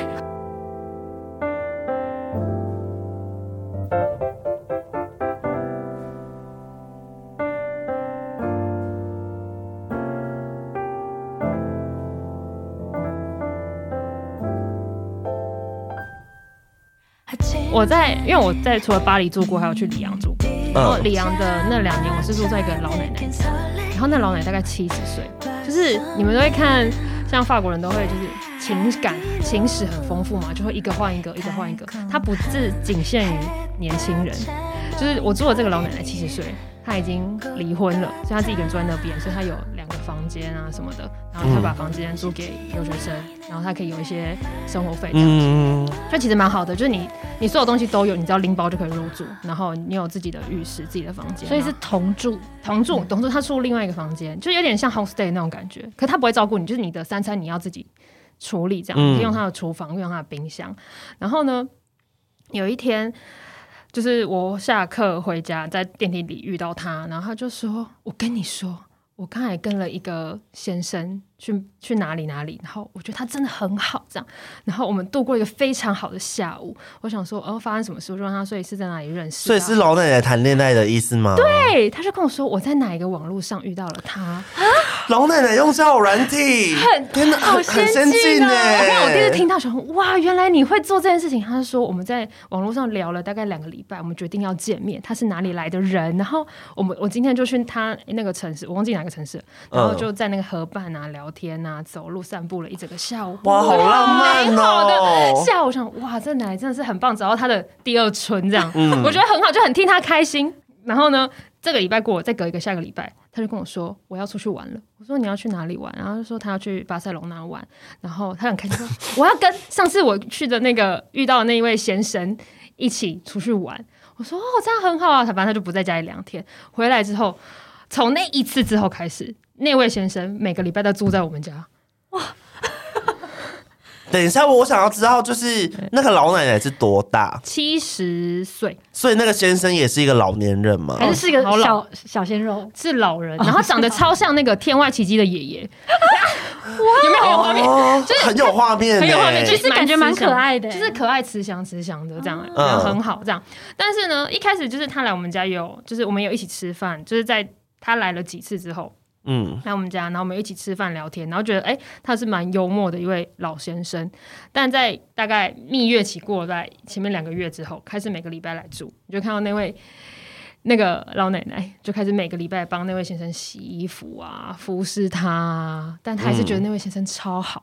S2: 我在，因为我在除了巴黎住过，还有去里昂住过。然后里昂的那两年，我是住在一个老奶奶家，然后那老奶奶大概七十岁，就是你们都会看，像法国人都会就是情感情史很丰富嘛，就会一个换一个，一个换一个。她不是仅限于年轻人，就是我住的这个老奶奶七十岁，她已经离婚了，所以她自己一个人住在那边，所以她有两个房间啊什么的，然后她把房间租给留学生，然后她可以有一些生活费这样子。
S1: 嗯，
S2: 就其实蛮好的，就是你你所有东西都有，你只要拎包就可以入住，然后你有自己的浴室、自己的房间，啊
S3: 所以是
S2: 然后
S3: 同住，
S2: 同住，
S1: 嗯
S2: 同住他住另外一个房间，就有点像 house stay 那种感觉，可他不会照顾你，就是你的三餐你要自己处理，这样
S1: 嗯
S2: 你可以用他的厨房，用他的冰箱。然后呢，有一天就是我下课回家，在电梯里遇到他，然后他就说：“我跟你说。”我刚才跟了一个先生去去哪里哪里，然后我觉得他真的很好，这样，然后我们度过一个非常好的下午。我想说，哦，发生什么事？我就问他，所以是在哪里认识
S1: 所
S2: 的啊？
S1: 以是老奶奶谈恋爱的意思吗？对，
S2: 对，他就跟我说我在哪一个网络上遇到了他，
S1: 老奶奶用交友软体，
S2: 很
S1: 天哪，很很先进欸呢、
S2: 啊我看哦我第一次听到想说，哇，原来你会做这件事情。他就说我们在网络上聊了大概两个礼拜，我们决定要见面。他是哪里来的人？然后我们我今天就去他那个城市，我忘记哪个城市了，然后
S1: 嗯
S2: 就在那个河畔啊聊天啊，走路散步了一整个下午。
S1: 哇，好浪漫
S2: 美好
S1: 哦、
S2: 的下午我想，哇，这奶真的是很棒，找到他的第二春这样，
S1: 嗯
S2: 我觉得很好，就很替他开心。然后呢，这个礼拜过了，再隔一个下个礼拜，他就跟我说我要出去玩了。我说你要去哪里玩？然后他就说他要去巴塞隆纳玩。然后他很开心说我要跟上次我去的那个遇到的那一位先生一起出去玩。我说哦，这样很好啊。反正他就不在家里两天，回来之后，从那一次之后开始，那位先生每个礼拜都住在我们家。
S1: 等一下，我想要知道，就是那个老奶奶是多大？
S2: 七十岁
S1: 所以那个先生也是一个老年人嘛？
S3: 还是是一个
S2: 哦好老
S3: 小小鲜肉？
S2: 是老人，然后长得超像那个《天外奇迹》的爷爷，有没有很有画面？
S1: 哦，很有画面、欸，
S2: 很有画面，就
S3: 就是感觉蛮可爱的欸
S2: 慈祥就是可爱、慈祥、慈祥的这样，
S1: 嗯
S2: 然后很好这样。但是呢，一开始就是他来我们家有，就是我们有一起吃饭，就是在他来了几次之后，
S1: 嗯
S2: 来我们家，然后我们一起吃饭聊天，然后觉得哎、他是蛮幽默的一位老先生。但在大概蜜月期过了在前面两个月之后，开始每个礼拜来住，你就看到那位那个老奶奶就开始每个礼拜帮那位先生洗衣服啊，服侍他啊，但她还是觉得那位先生超好，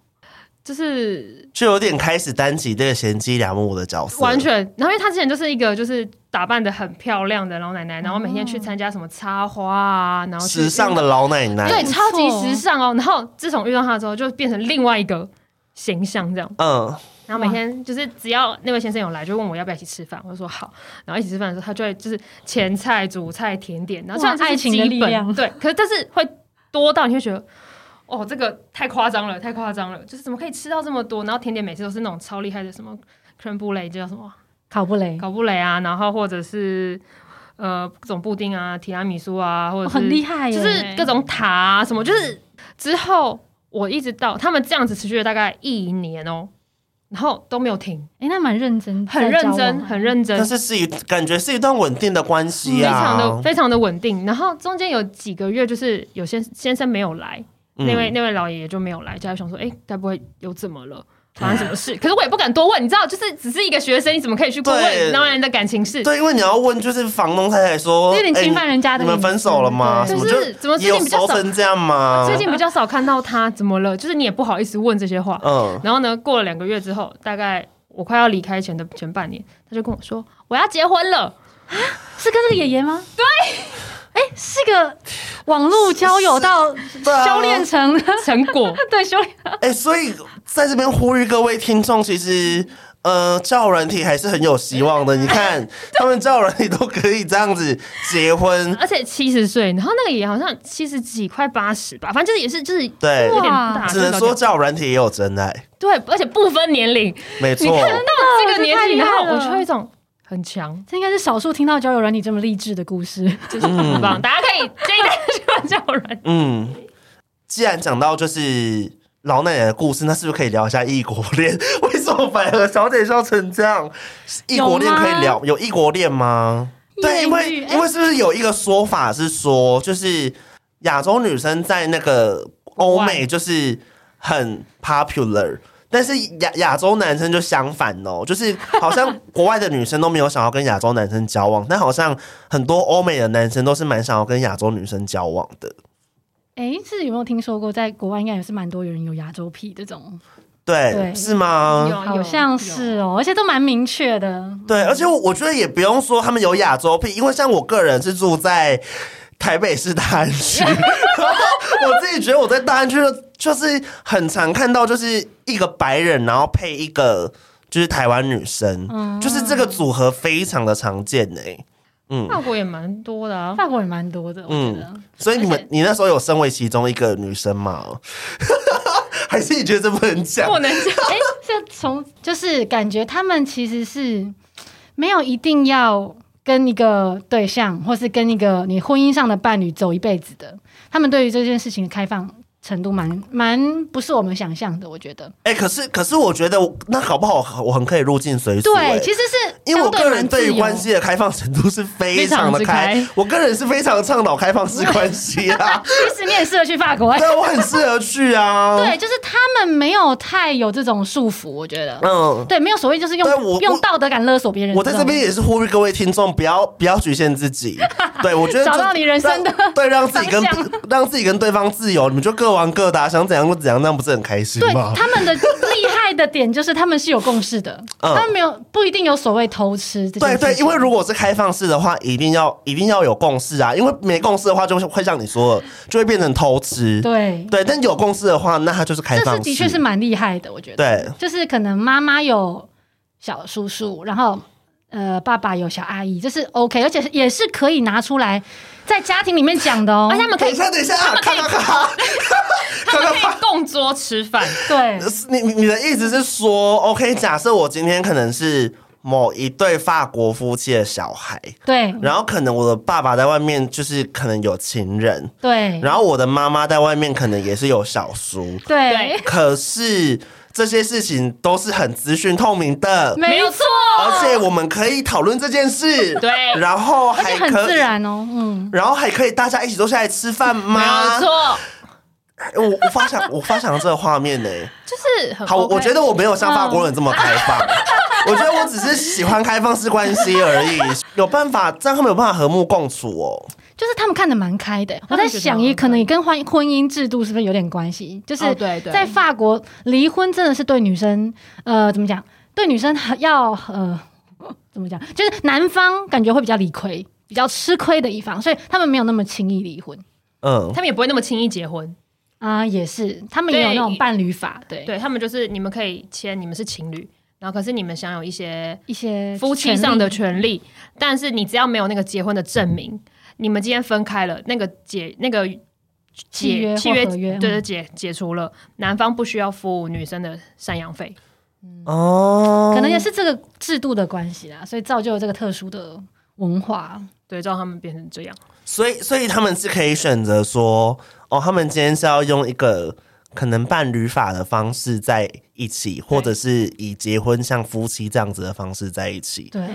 S2: 就是
S1: 就有点开始担起这个贤妻良母的角色，
S2: 完全。然后因为她之前就是一个就是打扮的很漂亮的老奶奶，然后每天去参加什么插花啊，然后去
S1: 时尚的老奶奶。
S2: 对，
S3: 不
S2: 超级
S3: 错
S2: 时尚哦。然后自从遇到她之后，就变成另外一个形象这样。
S1: 嗯，
S2: 然后每天就是只要那位先生有来，就问我要不要一起吃饭，我就说好。然后一起吃饭的时候，他就会就是前菜、主菜、甜点，然后
S3: 哇
S2: 像
S3: 爱情的力量
S2: 对。可是但是会多到你会觉得。哦，这个太夸张了，太夸张了！就是怎么可以吃到这么多？然后甜点每次都是那种超厉害的，什么 creme brulee 这叫什么
S3: 考不雷，
S2: 搞布雷啊，然后或者是呃各种布丁啊、提拉米苏啊，或者
S3: 哦
S2: 是
S3: 很厉害耶，
S2: 就是各种塔啊什么，就是之后我一直到他们这样子持续了大概一年哦，然后都没有停，
S3: 哎，那蛮认真，
S2: 很认真，很认真
S1: 但，是啊是一感觉是一段稳定的关系
S2: 非常的
S1: 啊，
S2: 非常的稳定。然后中间有几个月就是有先先生没有来，
S1: 嗯
S2: 那位那位老爷爷就没有来，就在想说，哎、该不会又怎么了？发生什么事？可是我也不敢多问，你知道，就是只是一个学生，你怎么可以去过
S1: 对
S2: 问当然的感情事？
S1: 对，因为你要问，就是房东太太说，
S3: 有点侵犯
S1: 哎
S3: 人家的
S1: 你们
S3: 隐
S1: 分手
S3: 私
S1: 了吗？
S3: 对
S1: 什么
S2: 就是怎么
S1: 也
S2: 最
S1: 有
S2: 近比较
S1: 熟
S2: 少，
S1: 成这样吗？
S2: 最近比较少看到他，怎么了？就是你也不好意思问这些话。
S1: 嗯，
S2: 然后呢，过了两个月之后，大概我快要离开前的前半年，他就跟我说我要结婚了。
S3: 是跟那个爷爷吗？对，哎，是个网络交友到
S1: 对啊
S3: 修炼成
S2: 成果
S3: 对修炼，
S1: 哎、所以在这边呼吁各位听众，其实呃，交友软体还是很有希望的。你 看，他们交友软体都可以这样子结婚，
S2: 而且七十岁，然后那个也好像七十几，快八十吧，反正就是也是就是
S1: 对
S2: 有，点
S3: 哇
S2: 大，
S1: 只能说交友软体也有真爱，
S2: 对，而且不分年龄，
S1: 没
S2: 你
S1: 错。
S2: 看到这个年纪，
S3: 这太厉
S2: 然
S3: 害
S2: 后
S3: 了
S2: 我就会一种很强，
S3: 这应该是少数听到交友软体这么励志的故事。
S2: 就是很棒，大家可以这一代去玩叫人。
S1: 嗯，既然讲到就是老奶奶的故事，那是不是可以聊一下异国恋？为什么百合小姐笑成这样？异国恋可以聊？有异国恋吗？对，因为
S3: 艳遇哎
S1: 因为是不是有一个说法是说，就是亚洲女生在那个欧美就是很 popular。但是亚亚洲男生就相反哦，就是好像国外的女生都没有想要跟亚洲男生交往，但好像很多欧美的男生都是蛮想要跟亚洲女生交往的。
S3: 哎，是有没有听说过，在国外应该也是蛮多人有牙周癖这种，
S1: 对，
S3: 对
S1: 是吗？
S2: 有
S3: 好像是哦，而且都蛮明确的。
S1: 对，而且我我觉得也不用说他们有亚洲癖，因为像我个人是住在台北市大安区，然后我自己觉得我在大安区就就是很常看到就是一个白人，然后配一个就是台湾女生，
S3: 嗯
S1: 就是这个组合非常的常见呢、嗯，
S2: 法国也蛮多的啊，
S3: 法国也蛮多的，我觉得。
S1: 所以你
S2: 而
S1: 们
S2: 且
S1: 你那时候有身为其中一个女生吗？ 还是你觉得这不能讲？
S2: 不能讲。
S3: 哎、 这从就是感觉他们其实是没有一定要跟一个对象，或是跟一个你婚姻上的伴侣走一辈子的。他们对于这件事情的开放程度蛮蛮不是我们想象的，我觉得。
S1: 哎、可是可是我觉得我那搞不好我很可以入境随俗、欸。
S3: 对，其实是
S1: 因为我
S3: 相
S1: 个人
S3: 蛮
S1: 对于
S3: 自由
S1: 关系的开放程度是非常的
S2: 非常
S1: 开
S2: 之开，
S1: 我个人是非常倡导开放式关系啊，
S3: 其实你也适合去法国、
S1: 但我很适合去啊。
S3: 对，就是他们没有太有这种束缚，我觉得。
S1: 嗯，
S3: 对，没有所谓，就是用
S1: 对我
S3: 用道德感勒索别人种。
S1: 我在这边也是呼吁各位听众，不要不要局限自己。对，我觉得
S3: 找
S1: 这
S3: 到你人生的
S1: 让对，让自己跟
S3: 方向
S1: 让自己跟对方自由，你们就各玩各的啊、想怎样就怎样，那不是很开心
S3: 对
S1: 吗？
S3: 他们的厉害的点就是他们是有共识的，
S1: 嗯
S3: 他们没有不一定有所谓偷吃这件
S1: 对
S3: 事情。
S1: 对，因为如果是开放式的话，一定要一定要有共识啊，因为没共识的话，就会会像你说的，就会变成偷吃。
S3: 对
S1: 对，但有共识的话，那它就是开
S3: 这
S1: 放
S3: 是
S1: 式。
S3: 的确是蛮厉害的，我觉得。
S1: 对，
S3: 就是可能妈妈有小叔叔，然后呃爸爸有小阿姨，这是 OK，而且是也是可以拿出来在家庭里面讲的哦。
S2: 而且他们可
S1: 等
S2: 以
S1: 一，下，等一下，啊咔咔 咔，
S2: 他们可以共桌吃饭。
S3: 对
S1: 你你你的意思是说，OK？假设我今天可能是某一对法国夫妻的小孩，
S3: 对
S2: 嗯
S1: 然后可能我的爸爸在外面就是可能有情人，
S2: 嗯
S3: 对
S1: 然后我的妈妈在外面可能也是有小叔，
S3: 对
S2: 对，
S1: 可是这些事情都是很资讯透明的，
S2: 没有错，啊
S1: 而且我们可以讨论这件事，
S2: 对
S1: 然后
S3: 而且
S1: 还
S3: 很
S1: 哎可
S3: 自
S1: 以，
S3: 然哦，嗯，
S1: 然后还可以大家一起坐下来吃饭
S2: 没
S1: 吗？
S2: 有错，
S1: 我我发想我发想这个画面呢、
S2: 就是很
S1: 好，我
S2: OK
S1: 我觉得我没有像法国人这么开放，我觉得我只是喜欢开放式关系而已。有办法，这样他们有办法和睦共处哦。
S3: 就是他们看得蛮开的。我在想，也可能也跟婚婚姻制度是不是有点关系？就是
S2: 哦对对
S3: 在法国，离婚真的是对女生，呃，怎么讲？对女生很要呃，怎么讲？就是男方感觉会比较理亏，比较吃亏的一方，所以他们没有那么轻易离婚
S1: 嗯
S3: 哦
S2: 他们也不会那么轻易结婚，
S3: 啊、也是，他们也有
S2: 对
S3: 那种伴侣法，对
S2: 对他们就是你们可以签，你们是情侣，然后可是你们享有一些
S3: 一些
S2: 夫妻上的
S3: 呃权
S2: 权
S3: 利
S2: 利，但是你只要没有那个结婚的证明，你们今天分开了，那个解那个
S3: 契约
S2: 解
S3: 或
S2: 契约
S3: 合约，
S2: 对
S3: 嗯
S2: 对解解除了，男方不需要付女生的赡养费。
S1: 哦，
S3: 可能也是这个制度的关系啦，所以造就了这个特殊的文化。
S2: 对，照他们变成这样，
S1: 所以所以他们是可以选择说，哦，他们今天是要用一个可能伴侣法的方式在一起，或者是以结婚像夫妻这样子的方式在一起。
S3: 对，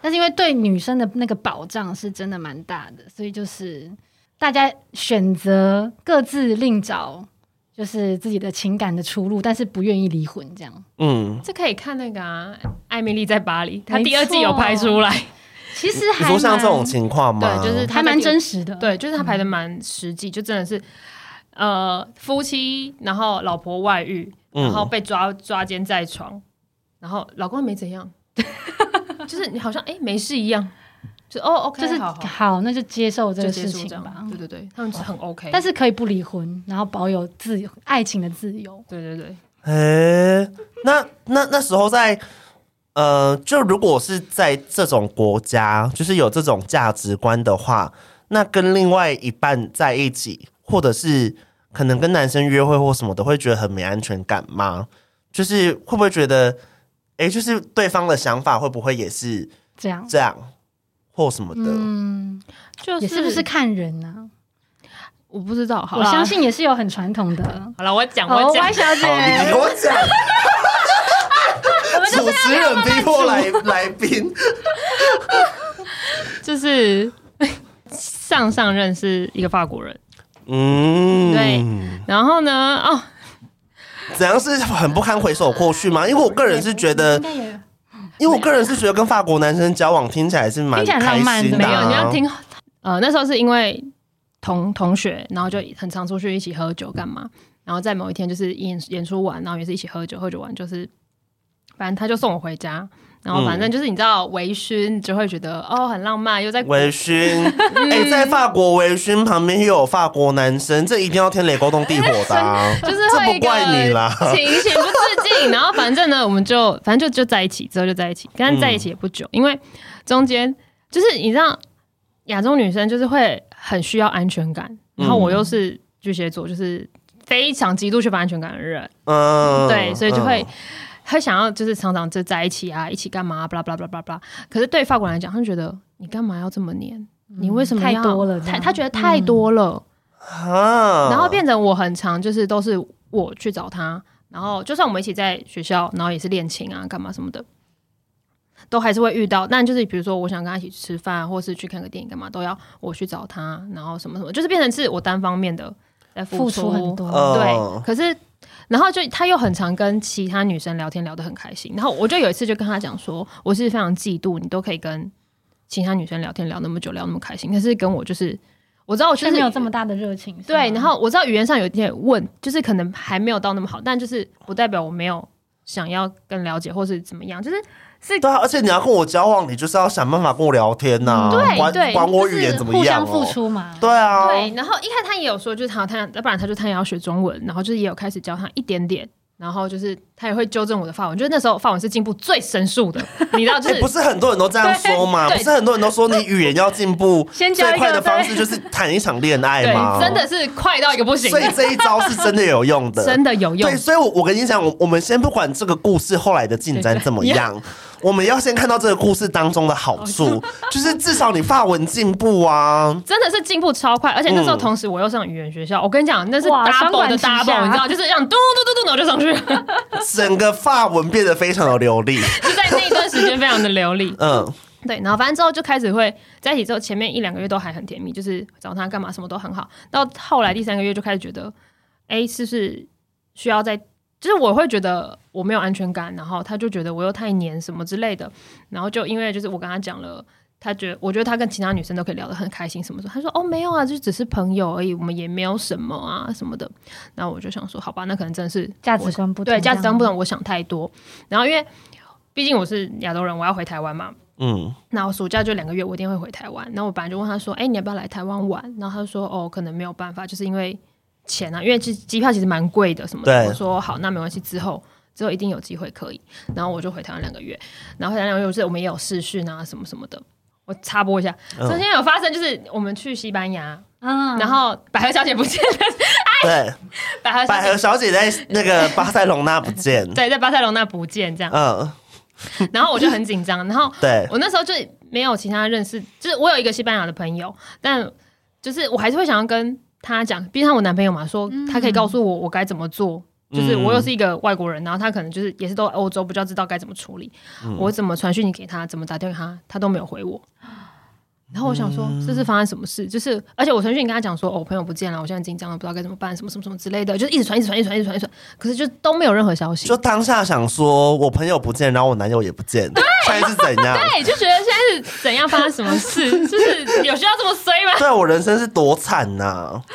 S3: 但是因为对女生的那个保障是真的蛮大的，所以就是大家选择各自另找，就是自己的情感的出路，但是不愿意离婚这样。
S1: 嗯，
S2: 这可以看那个啊，《艾米丽在巴黎》，她
S3: 没
S2: 第二季
S3: 错
S2: 有拍出来，
S3: 其实
S1: 你
S3: 还
S1: 说像这种
S3: 蛮
S1: 情况吗？
S2: 对，就是她
S3: 还
S2: 在
S3: 蛮
S2: 第
S3: 真实的，
S2: 对，就是他
S3: 嗯
S2: 排的蛮实际，就真的是，呃，夫妻，然后老婆外遇，
S1: 嗯
S2: 然后被抓抓奸在床，然后老公没怎 样，就是你好像哎、诶没事一样，就哦 OK，
S3: 就是
S2: 好好
S3: 好，那就接受这
S2: 就
S3: 个
S2: 结
S3: 事
S2: 束
S3: 情
S2: 这
S3: 吧
S2: 样，。
S3: 嗯
S2: 对对对，他们是很 OK，
S3: 但是可以不离婚，然后保有自由爱情的自由。
S2: 对对对，
S1: 诶，那那那时候在呃，就如果是在这种国家，就是有这种价值观的话，那跟另外一半在一起，或者是可能跟男生约会或什么的，会觉得很没安全感吗？就是会不会觉得，诶，就是对方的想法会不会也是
S3: 这样，
S1: 这样或什么的？
S3: 嗯，
S2: 就
S3: 也是不是看人呢、
S2: 我不知道，好
S3: 我
S2: 啦
S3: 相。信也是有很传统的。
S2: 好了，我讲
S3: 哦
S2: 我讲
S3: 歪，小姐，
S1: 好，你给我讲，
S3: 哎我们
S1: 主持人逼迫来来宾，
S2: 就是 上上任是一个法国人，
S1: 嗯，
S2: 对。然后呢，哦，
S1: 怎样是很不堪回首过去吗？因为我个人是觉得
S3: 应，该也
S1: 因为我个人是觉得跟法国男生交往听起来是蛮
S3: 听起来
S1: 开
S3: 浪漫的
S1: 心的、啊，
S2: 没有，你要听。呃，那时候是因为同同学，然后就很常出去一起喝酒干嘛。然后在某一天就是演演出完，然后也是一起喝酒，喝酒完就是，反正他就送我回家。然后反正就是你知道微醺，你就会觉得哦很浪漫，又在
S1: 微醺。
S2: 嗯
S1: 哎、在法国微醺旁边又有法国男生，这一定要天雷勾动地火的、 啊，
S2: 就是
S1: 这
S2: 会
S1: 不
S2: 一个
S1: 怪你啦。
S2: 情形不自禁。然后反正呢，我们就反正就就在一起，之后就在一起，但是在一起也不久，因为中间就是你知道，亚洲女生就是会很需要安全感，然后我
S3: 嗯
S2: 又是巨蟹座，就是非常极度缺乏安全感的人，
S1: 嗯，
S2: 对，所以就会
S1: 嗯。
S2: 会想要就是常常就在一起啊，一起干嘛、啊，巴拉巴拉巴拉巴拉。可是对法国人来讲，他们觉得你干嘛要这么黏？你为什么
S3: 太
S2: 要
S3: 多了这
S2: 太
S3: 样嗯
S2: 他觉得太多了。
S1: 啊
S2: 然后变成我很常就是都是我去找他，然后就算我们一起在学校，然后也是练琴啊，干嘛什么的，都还是会遇到。但就是比如说，我想跟他一起吃饭，或是去看个电影，干嘛都要我去找他，然后什么什么，就是变成是我单方面的在
S3: 付
S2: 出
S3: 出很。多。
S1: 呃
S2: 对，可是然后就他又很常跟其他女生聊天，聊得很开心。然后我就有一次就跟他讲说，我是非常嫉妒你都可以跟其他女生聊天聊那么久，聊那么开心，可是跟我就是。我知道我就
S3: 就是是没有这么大的热情，是
S2: 对，
S3: 吗
S2: 然后我知道语言上有一点问，就是可能还没有到那么好，但就是不代表我没有想要更了解或是怎么样，就是
S1: 对啊，而且你要跟我交往，你就是要想办法跟我聊天呐、
S2: 嗯对
S1: 管
S2: 对
S1: 管我
S3: 就是
S1: 语言怎么
S3: 互
S1: 样、哦，
S3: 相付出嘛。
S1: 对啊，
S2: 对。然后一开始他也有说，就是他他要不然他就他也要学中文，然后就是也有开始教他一点点。然后就是他也会纠正我的法文，就是那时候法文是进步最神速的，你知道，就
S1: 哎、
S2: 是
S1: 不是很多人都这样说嘛？
S2: 对
S1: 不
S2: 对
S1: 是很多人都说你语言要进 步，
S3: 先交一
S1: 最
S3: 个
S1: 快的方式就是谈一场恋爱嘛？
S2: 对，真的是快到一个不行
S1: 所，以这一招是真的有用的，
S2: 真的有用
S1: 对，。所以我，我跟你讲，我我们先不管这个故事后来的进展怎么样，我们要先看到这个故事当中的
S2: 哦
S1: 好处， 就是至少你发文进步啊。
S2: 真的是进步超快，而且那时候
S1: 嗯
S2: 同时我又上语言学校，我跟你讲，那是
S3: 哇双
S2: double
S3: 管
S2: 的
S3: 齐下
S2: double，你知道，就是这样嘟嘟嘟嘟，然后就上去了，
S1: 整个发文变得非常的流利，
S2: 就在那一段时间非常的流利。
S1: 嗯
S2: 对，然后反正之后就开始会在一起，之后前面一两个月都还很甜蜜，就是找他干嘛什么都很好。到后来第三个月就开始觉得，哎，是不是需要再？就是我会觉得我没有安全感，然后他就觉得我又太黏什么之类的，然后就因为就是我跟他讲了，他觉得我觉得他跟其他女生都可以聊得很开心什么的，他说哦没有啊，就只是朋友而已，我们也没有什么啊什么的。然后我就想说，好吧，那可能真的是
S4: 价
S2: 我
S4: 值观不同
S2: 对价值观不
S4: 这样
S2: 同，我想太多。然后因为毕竟我是亚洲人，我要回台湾嘛，
S1: 嗯
S2: 那我暑假就两个月，我一定会回台湾。然后我本来就问他说：“哎、你要不要来台湾玩？”然后他说：“哦，可能没有办法，就是因为钱啊，因为机机票其实蛮贵的什么的。”
S1: 对
S2: 我说：“好，那没关系，之后之后一定有机会可以。”然后我就回台湾两个月，然后回台湾两个月，就是我们也有试训啊什么什么的。我插播一下，
S1: 嗯
S2: 中间有发生就是我们去西班牙，
S3: 嗯，
S2: 然后百合小姐不见了，
S1: 对，
S2: 百合小
S1: 百合
S2: 姐
S1: 小姐在那个巴塞隆纳不见，
S2: 对在巴塞罗那不见这样，
S1: 嗯，
S2: 然后我就很紧张，然后
S1: 对，
S2: 我那时候就没有其他认识，就是我有一个西班牙的朋友，但就是我还是会想要跟他讲，毕竟他我男朋友嘛，说他可以告诉我我该怎么做。就是我又是一个外国人，然后他可能就是也是都欧洲，不知道知道该怎么处理。我怎么传讯息给他，怎么打电话给他，他都没有回我。然后我想说，这是发生什么事？就是而且我传讯息跟他讲说，哦，我朋友不见了，我现在紧张了，不知道该怎么办，什么什么什么之类的，就是一直传，一直传，一直传，一直传，一直传，可是就都没有任何消息。
S1: 就当下想说，我朋友不见，然后我男友也不见，现在是怎样？
S2: 对，哎就觉得现在是怎样发生什么事？就是有需要这么衰吗？
S1: 对我人生是多惨呐！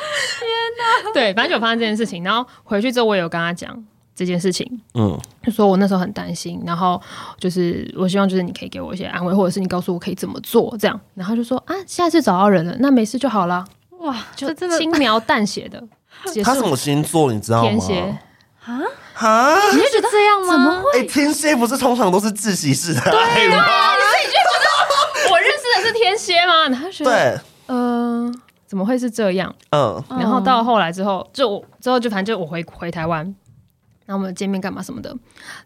S2: 对，反正就发生这件事情。然后回去之后，我也有跟他讲这件事情，
S1: 嗯，
S2: 就说我那时候很担心，然后就是我希望就是你可以给我一些安慰，或者是你告诉我可以怎么做这样。然后他就说啊，下次找到人了，那没事就好啦，
S4: 哇，
S2: 就
S4: 这真的
S2: 轻描淡 写的结
S1: 他什
S2: 束
S1: 么星座你知道
S2: 天
S1: 吗？
S2: 蝎。
S4: 啊，
S1: 哈，
S4: 你是这样吗？怎么会？
S1: 哎，天蝎不是通常都是窒息式的爱
S2: 啊
S1: 吗？哎
S2: 我认识的是天蝎吗？然后他觉得，
S1: 对，
S2: 嗯、怎么会是这样？
S1: 嗯
S2: 然后到后来之后，就我之后就反正就我回回台湾，然后我们见面干嘛什么的。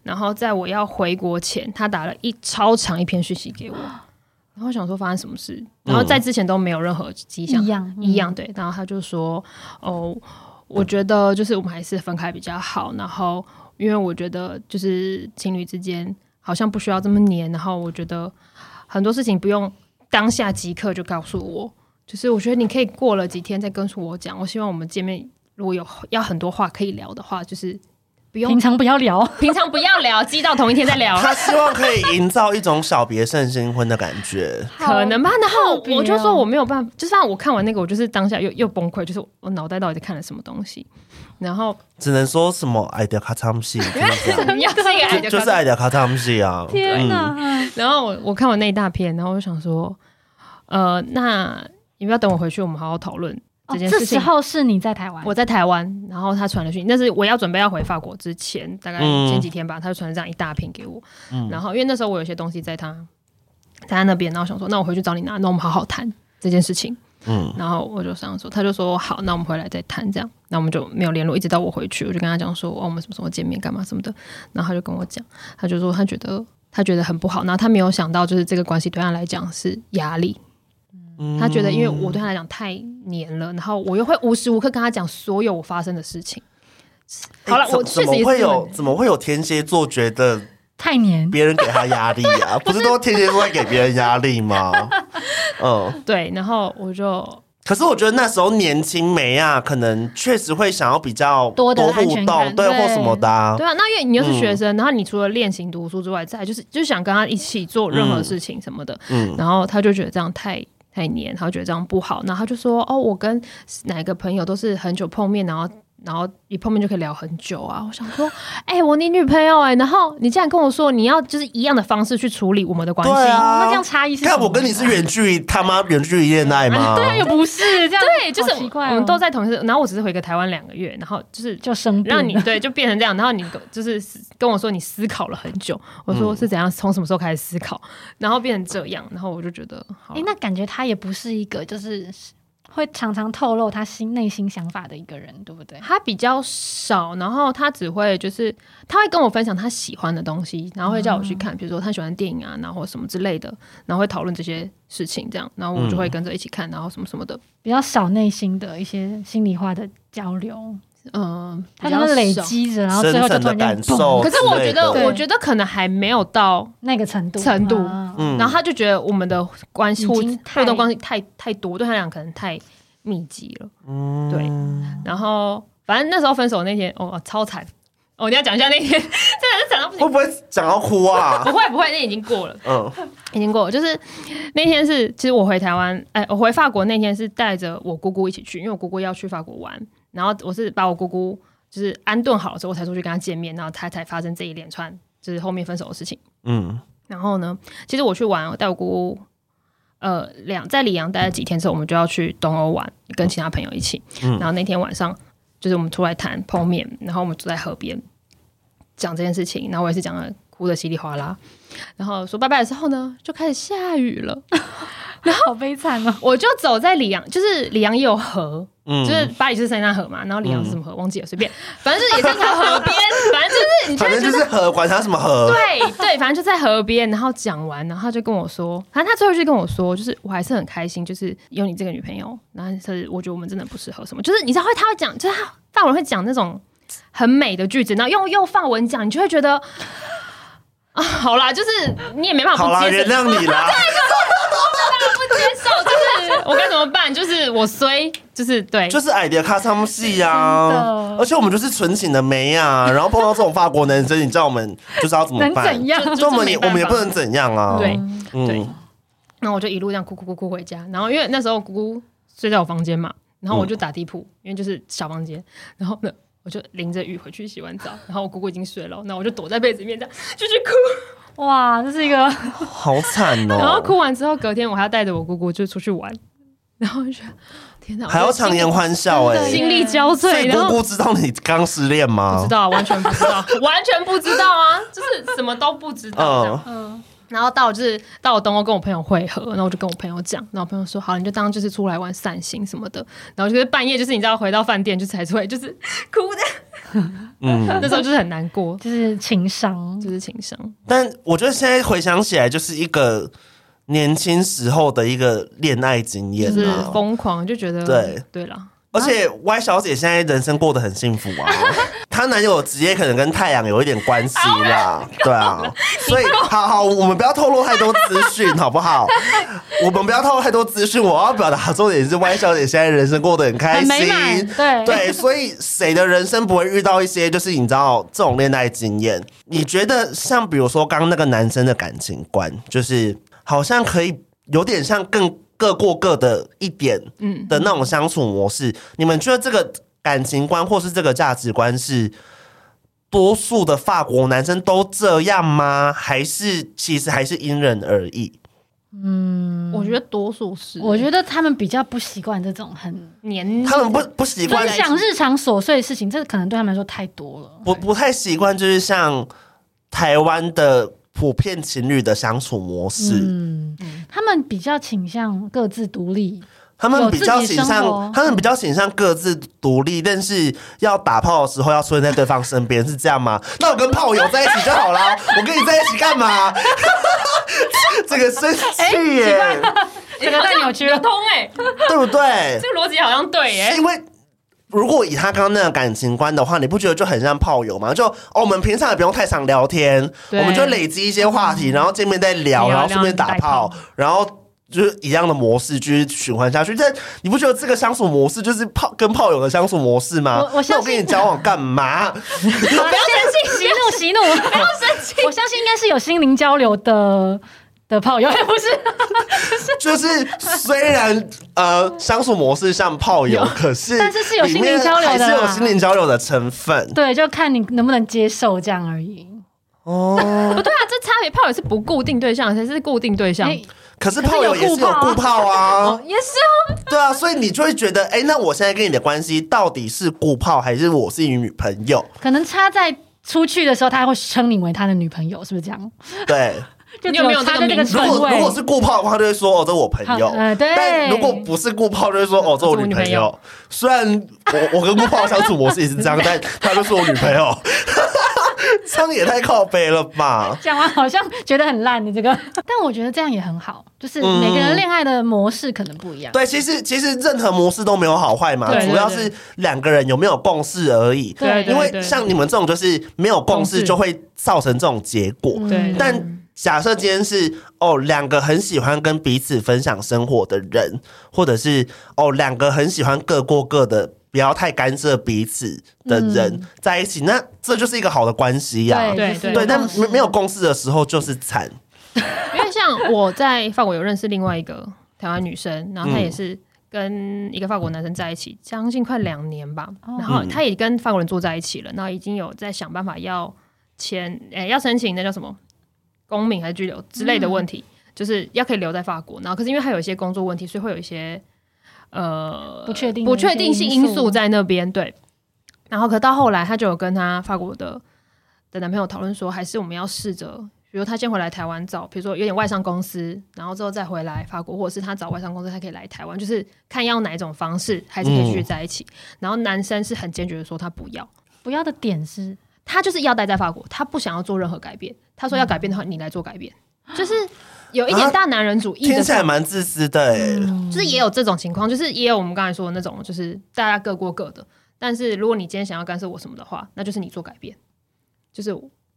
S2: 然后在我要回国前，他打了一超长一篇讯息给我，然后我想说发生什么事，然后在之前都没有任何迹象，
S4: 一样
S3: 嗯
S2: 一样对。然后他就说：“哦，我觉得就是我们还是分开比较好。然后因为我觉得就是情侣之间好像不需要这么黏，然后我觉得很多事情不用当下即刻就告诉我，就是我觉得你可以过了几天再跟我讲。我希望我们见面如果有要很多话可以聊的话，就是不用
S3: 平常不要聊，
S2: 平常不要 聊，积到同一天再聊。”
S1: 他希望可以营造一种小别胜新婚的感觉。
S2: 可能吧。然后
S4: 别哦
S2: 我就说我没有办法，就是让我看完那个，我就是当下又又崩溃，就是我脑袋到底在看了什么东西。然后
S1: 只能说什么爱的卡汤戏， 就是
S2: 要是一个
S1: 这
S2: 爱
S1: 样
S2: 的
S1: 就是爱的卡汤戏啊！
S4: 天哪！
S3: 嗯
S2: 然后我我看完那一大片，然后我就想说，呃，那你不要等我回去，我们好好讨论
S3: 哦
S2: 这件
S3: 这
S2: 事
S3: 时
S2: 情。
S3: 候是你在台湾，
S2: 我在台湾，然后他传了讯息，但是我要准备要回法国之前，大概
S1: 嗯
S2: 前几天吧，他就传了这样一大片给我。然后因为那时候我有些东西在他在他那边，然后我想说，那我回去找你拿，那我们好好谈这件事情。
S1: 嗯，
S2: 然后我就这样说，他就说好，那我们回来再谈这样。那我们就没有联络，一直到我回去，我就跟他讲说，哦，我们什么时候见面，干嘛什么的。然后他就跟我讲，他就说他觉得他觉得很不好，然后他没有想到就是这个关系对他来讲是压力。
S1: 嗯
S2: 他觉得因为我对他来讲太黏了，然后我又会无时无刻跟他讲所有我发生的事情。好了
S1: 哎，怎
S2: 我确
S1: 怎
S2: 实也
S1: 么
S2: 是
S1: 会
S2: 这么
S1: 有怎么会有天蝎座觉得
S3: 太黏，
S1: 别人给他压力 啊？不是都天蝎座会给别人压力吗？嗯，
S2: 对，然后我就
S1: 可是我觉得那时候年轻没啊，可能确实会想要比较
S3: 多的安
S1: 互
S3: 全感
S1: 动，对
S3: 对
S1: 或什么的啊。
S2: 对啊，那因为你又是学生，然后你除了练习读书之外，再就是就想跟他一起做任何事情什么的，
S1: 嗯
S2: 然后他就觉得这样太太黏，他觉得这样不好，然后他就说哦，我跟哪个朋友都是很久碰面，然后。然后一碰面就可以聊很久啊！我想说，哎、我你女朋友哎、然后你竟然跟我说你要就是一样的方式去处理我们的关系，
S1: 对啊
S3: 那这样差异是什么？
S1: 看我跟你是远距离，他妈远距离恋爱吗？
S3: 对啊，又不是这样，
S2: 对，就是
S3: 好奇怪哦
S2: 我们都在同一个，然后我只是回个台湾两个月，然后就是
S3: 就生病了，
S2: 让你对就变成这样，然后你跟就是跟我说你思考了很久，我
S1: 嗯
S2: 说是怎样，从什么时候开始思考，然后变成这样，然后我就觉得，好
S3: 哎、那感觉他也不是一个就是会常常透露他心内心想法的一个人，对不对？
S2: 他比较少，然后他只会就是他会跟我分享他喜欢的东西，然后会叫我去
S3: 哦
S2: 看，比如说他喜欢电影啊，然后什么之类的，然后会讨论这些事情，这样，然后我
S1: 嗯
S2: 就会跟着一起看，然后什么什么的，
S3: 比较少内心的一些心里话的交流，
S2: 嗯，
S3: 它
S2: 比
S3: 就
S2: 较
S3: 是累
S2: 少。
S3: 积着，然后
S1: 深
S3: 最后就
S1: 层
S3: 突
S1: 的
S3: 然间
S1: 感
S3: 嘣
S1: 受
S2: 可
S1: 哦之
S2: 是我
S1: 类
S2: 觉
S1: 的
S2: 得，
S3: 对
S2: 我觉得可能还没有到，
S3: 那个程度
S2: 程度
S3: 啊
S1: 嗯
S2: 然后他就觉得我们的关系
S3: 已
S2: 互
S3: 经太
S2: 互动关系太太多，对他俩可能太密集了。
S1: 嗯
S2: 对然后反正那时候分手那天，哦，超惨。哦，你要讲一下那天， 真的是惨到不行。
S1: 会不会讲到哭啊
S2: 不？会不会，那已经过了，
S1: 嗯
S2: 已经过了。就是那天是，其实我回台湾，哎，我回法国那天是带着我姑姑一起去，因为我姑姑要去法国玩，然后我是把我姑姑就是安顿好了之后，我才出去跟她见面，然后她才发生这一连串就是后面分手的事情。
S1: 嗯
S2: 然后呢，其实我去玩，我带我姑姑，呃，两在里昂待了几天之后，我们就要去东欧玩，跟其他朋友一起。
S1: 嗯
S2: 然后那天晚上，就是我们出来谈碰面，然后我们坐在河边讲这件事情，然后我也是讲的哭的稀里哗啦。然后说拜拜的时候呢，就开始下雨了。
S3: 好悲惨哦。
S2: 我就走在里昂，就是里昂也有河，
S1: 嗯，
S2: 就是巴黎是塞纳河嘛，然后里昂是什么河忘记了，随便，反正就是也是在河边，反正就是你就
S1: 反
S2: 会
S1: 正
S2: 觉得
S1: 就是河，管它什么河，
S2: 对对，反正就在河边，然后讲完，然后他就跟我说，反正他最后就跟我说，就是我还是很开心，就是有你这个女朋友，然后是我觉得我们真的不适合什么，就是你知道会他会讲，就是他法文会讲那种很美的句子，然后用用法文讲，你就会觉得啊，好啦，就是你也没
S3: 啊
S2: 办法
S1: 好啦，
S2: 不接
S1: 原
S2: 受，没办
S1: 谅你啦。
S2: 法不接受，就是我该怎么办？就是我衰，就是对，
S1: 就是矮的卡桑系啊
S3: 真的，
S1: 而且我们就是纯情的梅 啊，然后碰到这种法国男生，你知道我们就是要怎么
S3: 能
S1: 办？
S3: 怎样？
S2: 就
S1: 所以我们也
S2: 没
S1: 我
S2: 办
S1: 们也
S2: 法
S1: 不能怎样啊。
S2: 对，对
S1: 嗯，
S2: 然后我就一路这样哭哭哭哭回家。然后因为那时候姑姑睡在我房间嘛，然后我
S1: 嗯
S2: 就打地铺，因为就是小房间。然后呢，我就淋着雨回去洗完澡，然后我姑姑已经睡了，那我就躲在被子里面这样继续哭。
S3: 哇，这是一个
S1: 好惨
S2: 然后
S1: 哦，
S2: 哭完之后，隔天我还要带着我姑姑就出去玩，然后我就觉得天哪，
S1: 还要强颜欢笑哎。
S2: 心力交
S1: 所
S2: 瘁，
S1: 以
S2: 然
S1: 姑
S2: 后。
S1: 姑知道你刚失恋
S2: 不
S1: 吗
S2: 知？道，完全不知道，完全不知道啊！就是什么都不知道这样。
S1: 嗯，
S3: 嗯，
S2: 然后到就是到我东欧跟我朋友会合，然后我就跟我朋友讲，然后我朋友说好，你就当就是出来玩散心什么的。然后就是半夜就是你知道回到饭店就是还是会就是哭的，
S1: 嗯，
S2: 那时候就是很难过，
S3: 就是情商，
S2: 就是情商。
S1: 但我觉得现在回想起来，就是一个年轻时候的一个恋爱经验
S2: 就是
S1: 啊。
S2: 疯狂，就觉得
S1: 对
S2: 对了，
S1: 而且 Y 小姐现在人生过得很幸福 啊，她男友的职业可能跟太阳有一点关系啦，对啊，所以好好，我们不要透露太多资讯，好不好？ 我们不要透露太多资讯，我要表达的重点是 Y 小姐现在人生过得很开
S3: 很美
S1: 心
S3: 满，，对
S1: 对，所以谁的人生不会遇到一些就是你知道这种恋爱经验？你觉得像比如说刚刚那个男生的感情观，就是好像可以有点像更各过各的一点，嗯的那种相处模式，你们觉得这个感情观或是这个价值观是？多数的法国男生都这样吗？还是其实还是因人而异？
S2: 我觉得多数是，
S3: 嗯我觉得他们比较不习惯这种很
S2: 年
S1: 他们不不习惯
S3: 分享日常琐碎的事情，这可能对他们来说太多了。
S1: 不不太习惯，就是像台湾的普遍情侣的相处模式，
S3: 嗯，他们比较倾向各自独 立，
S1: 他们比较倾
S3: 有自己生活
S1: 向，他们比较倾向各自独立，但是要打炮的时候要出现在对方身边，是这样 吗？那我跟炮友在一起就好啦，我跟你在一起干嘛？ 这个生气耶，
S3: 哎这个太扭曲
S2: 有
S3: 了。
S2: 通哎，
S1: 对不对？
S2: 这个逻辑好像对耶，
S1: 因为如果以他刚刚那个感情观的话，你不觉得就很像炮友吗？就哦，我们平常也不用太常聊天，
S2: 对
S1: 我们就累积一些话
S3: 嗯
S1: 题，然后见面再聊，
S2: 聊
S1: 然后顺便打
S2: 聊
S1: 炮
S2: 打，
S1: 然后。就是一样的模式，继续循环下去。但你不觉得这个相处模式就是炮跟炮友的相处模式吗？
S3: 我我
S1: 那
S3: 相信
S1: 我跟你交往干 嘛？
S3: 不要生气，息怒，息怒， 不要生气。我相信应该是有心灵交流的的炮友，不是？
S1: 就是虽然呃相处模式像炮友，可是
S3: 但是是有
S1: 里
S3: 心
S1: 面
S3: 灵交流的啊
S1: 还是有
S3: 啦
S1: 心灵交流的成分
S3: 对，就看你能不能接受这样而已。
S1: 哦。
S2: 不对啊，这差别炮友是不固定对象，才是固定对象，
S3: 哎
S1: 可是炮友也是有
S3: 可是
S1: 固
S3: 有固
S1: 炮啊，
S2: 哦也是啊，
S1: 对啊，所以你就会觉得，哎、那我现在跟你的关系到底是固炮还是我是你女朋友？
S3: 可能差在出去的时候，他会称你为他的女朋友，是不是这样？
S1: 对，
S3: 就
S2: 你有没有
S3: 只差在
S2: 这
S3: 这
S2: 个
S3: 个
S1: 如
S3: 称
S1: 果如
S3: 谓
S1: 果？是固炮的话，就会说哦，这是我朋友。
S3: 好
S2: 哎
S3: 呃对
S1: 但如果不是固炮，就会说哦，这是我女朋 友。虽然我我跟固炮相处模式也是这样，但他就说我女朋友。 这样也太靠背了吧？
S3: 讲完好像觉得很烂的这个， 但我觉得这样也很好，就是
S1: 嗯
S3: 每个人恋爱的模式可能不一样。
S1: 对，其实其实任何模式都没有好坏嘛，
S2: 对对
S1: 主要是两个人有没有共识而已。
S2: 对对
S1: 因为像你们这种就是没有共
S2: 共
S1: 识，
S2: 识
S1: 就会造成这种结果。
S3: 嗯
S2: 对
S1: 但假设今天是哦，两个很喜欢跟彼此分享生活的人，或者是哦，两个很喜欢各过各的，不要太干涉彼此的人、在一起，那这就是一个好的关系呀、
S3: 对
S2: 嗯对
S3: 就是
S2: 对
S1: 对，但
S3: 共识
S1: 没没有共识的时候就是惨。
S2: 因为像我在法国有认识另外一个台湾女生，然后她也是跟一个法国男生在一起，将近快两年吧。
S3: 哦
S2: 然后
S1: 嗯
S2: 她也跟法国人住在一起了，然后已经有在想办法要签，诶、要申请那叫什么公民还是居留之类的问题，就是要可以留在法国。然后可是因为她有一些工作问题，所以会有一些呃
S3: 不确定的
S2: 不
S3: 一些
S2: 确定性
S3: 因
S2: 因
S3: 素
S2: 素在那边。对，然后可到后来，她就有跟她法国的的男朋友讨论说，还是我们要试着，比如他先回来台湾找，比如说有点外商公司，然后之后再回来法国，或者是他找外商公司，他可以来台湾，就是看要哪一种方式，还是可以继续在一起。然后男生是很坚决的说他不要，
S3: 不要的点是，
S2: 他就是要待在法国，他不想要做任何改变。他说要改变的话，你来做改变，就是有一点大男人主义的嗯
S1: 听起
S2: 氛围
S1: 来蛮自私的、欸，
S2: 就是也有这种情况，就是也有我们刚才说的那种，就是大家各过各的。但是如果你今天想要干涉我什么的话，那就是你做改变，就是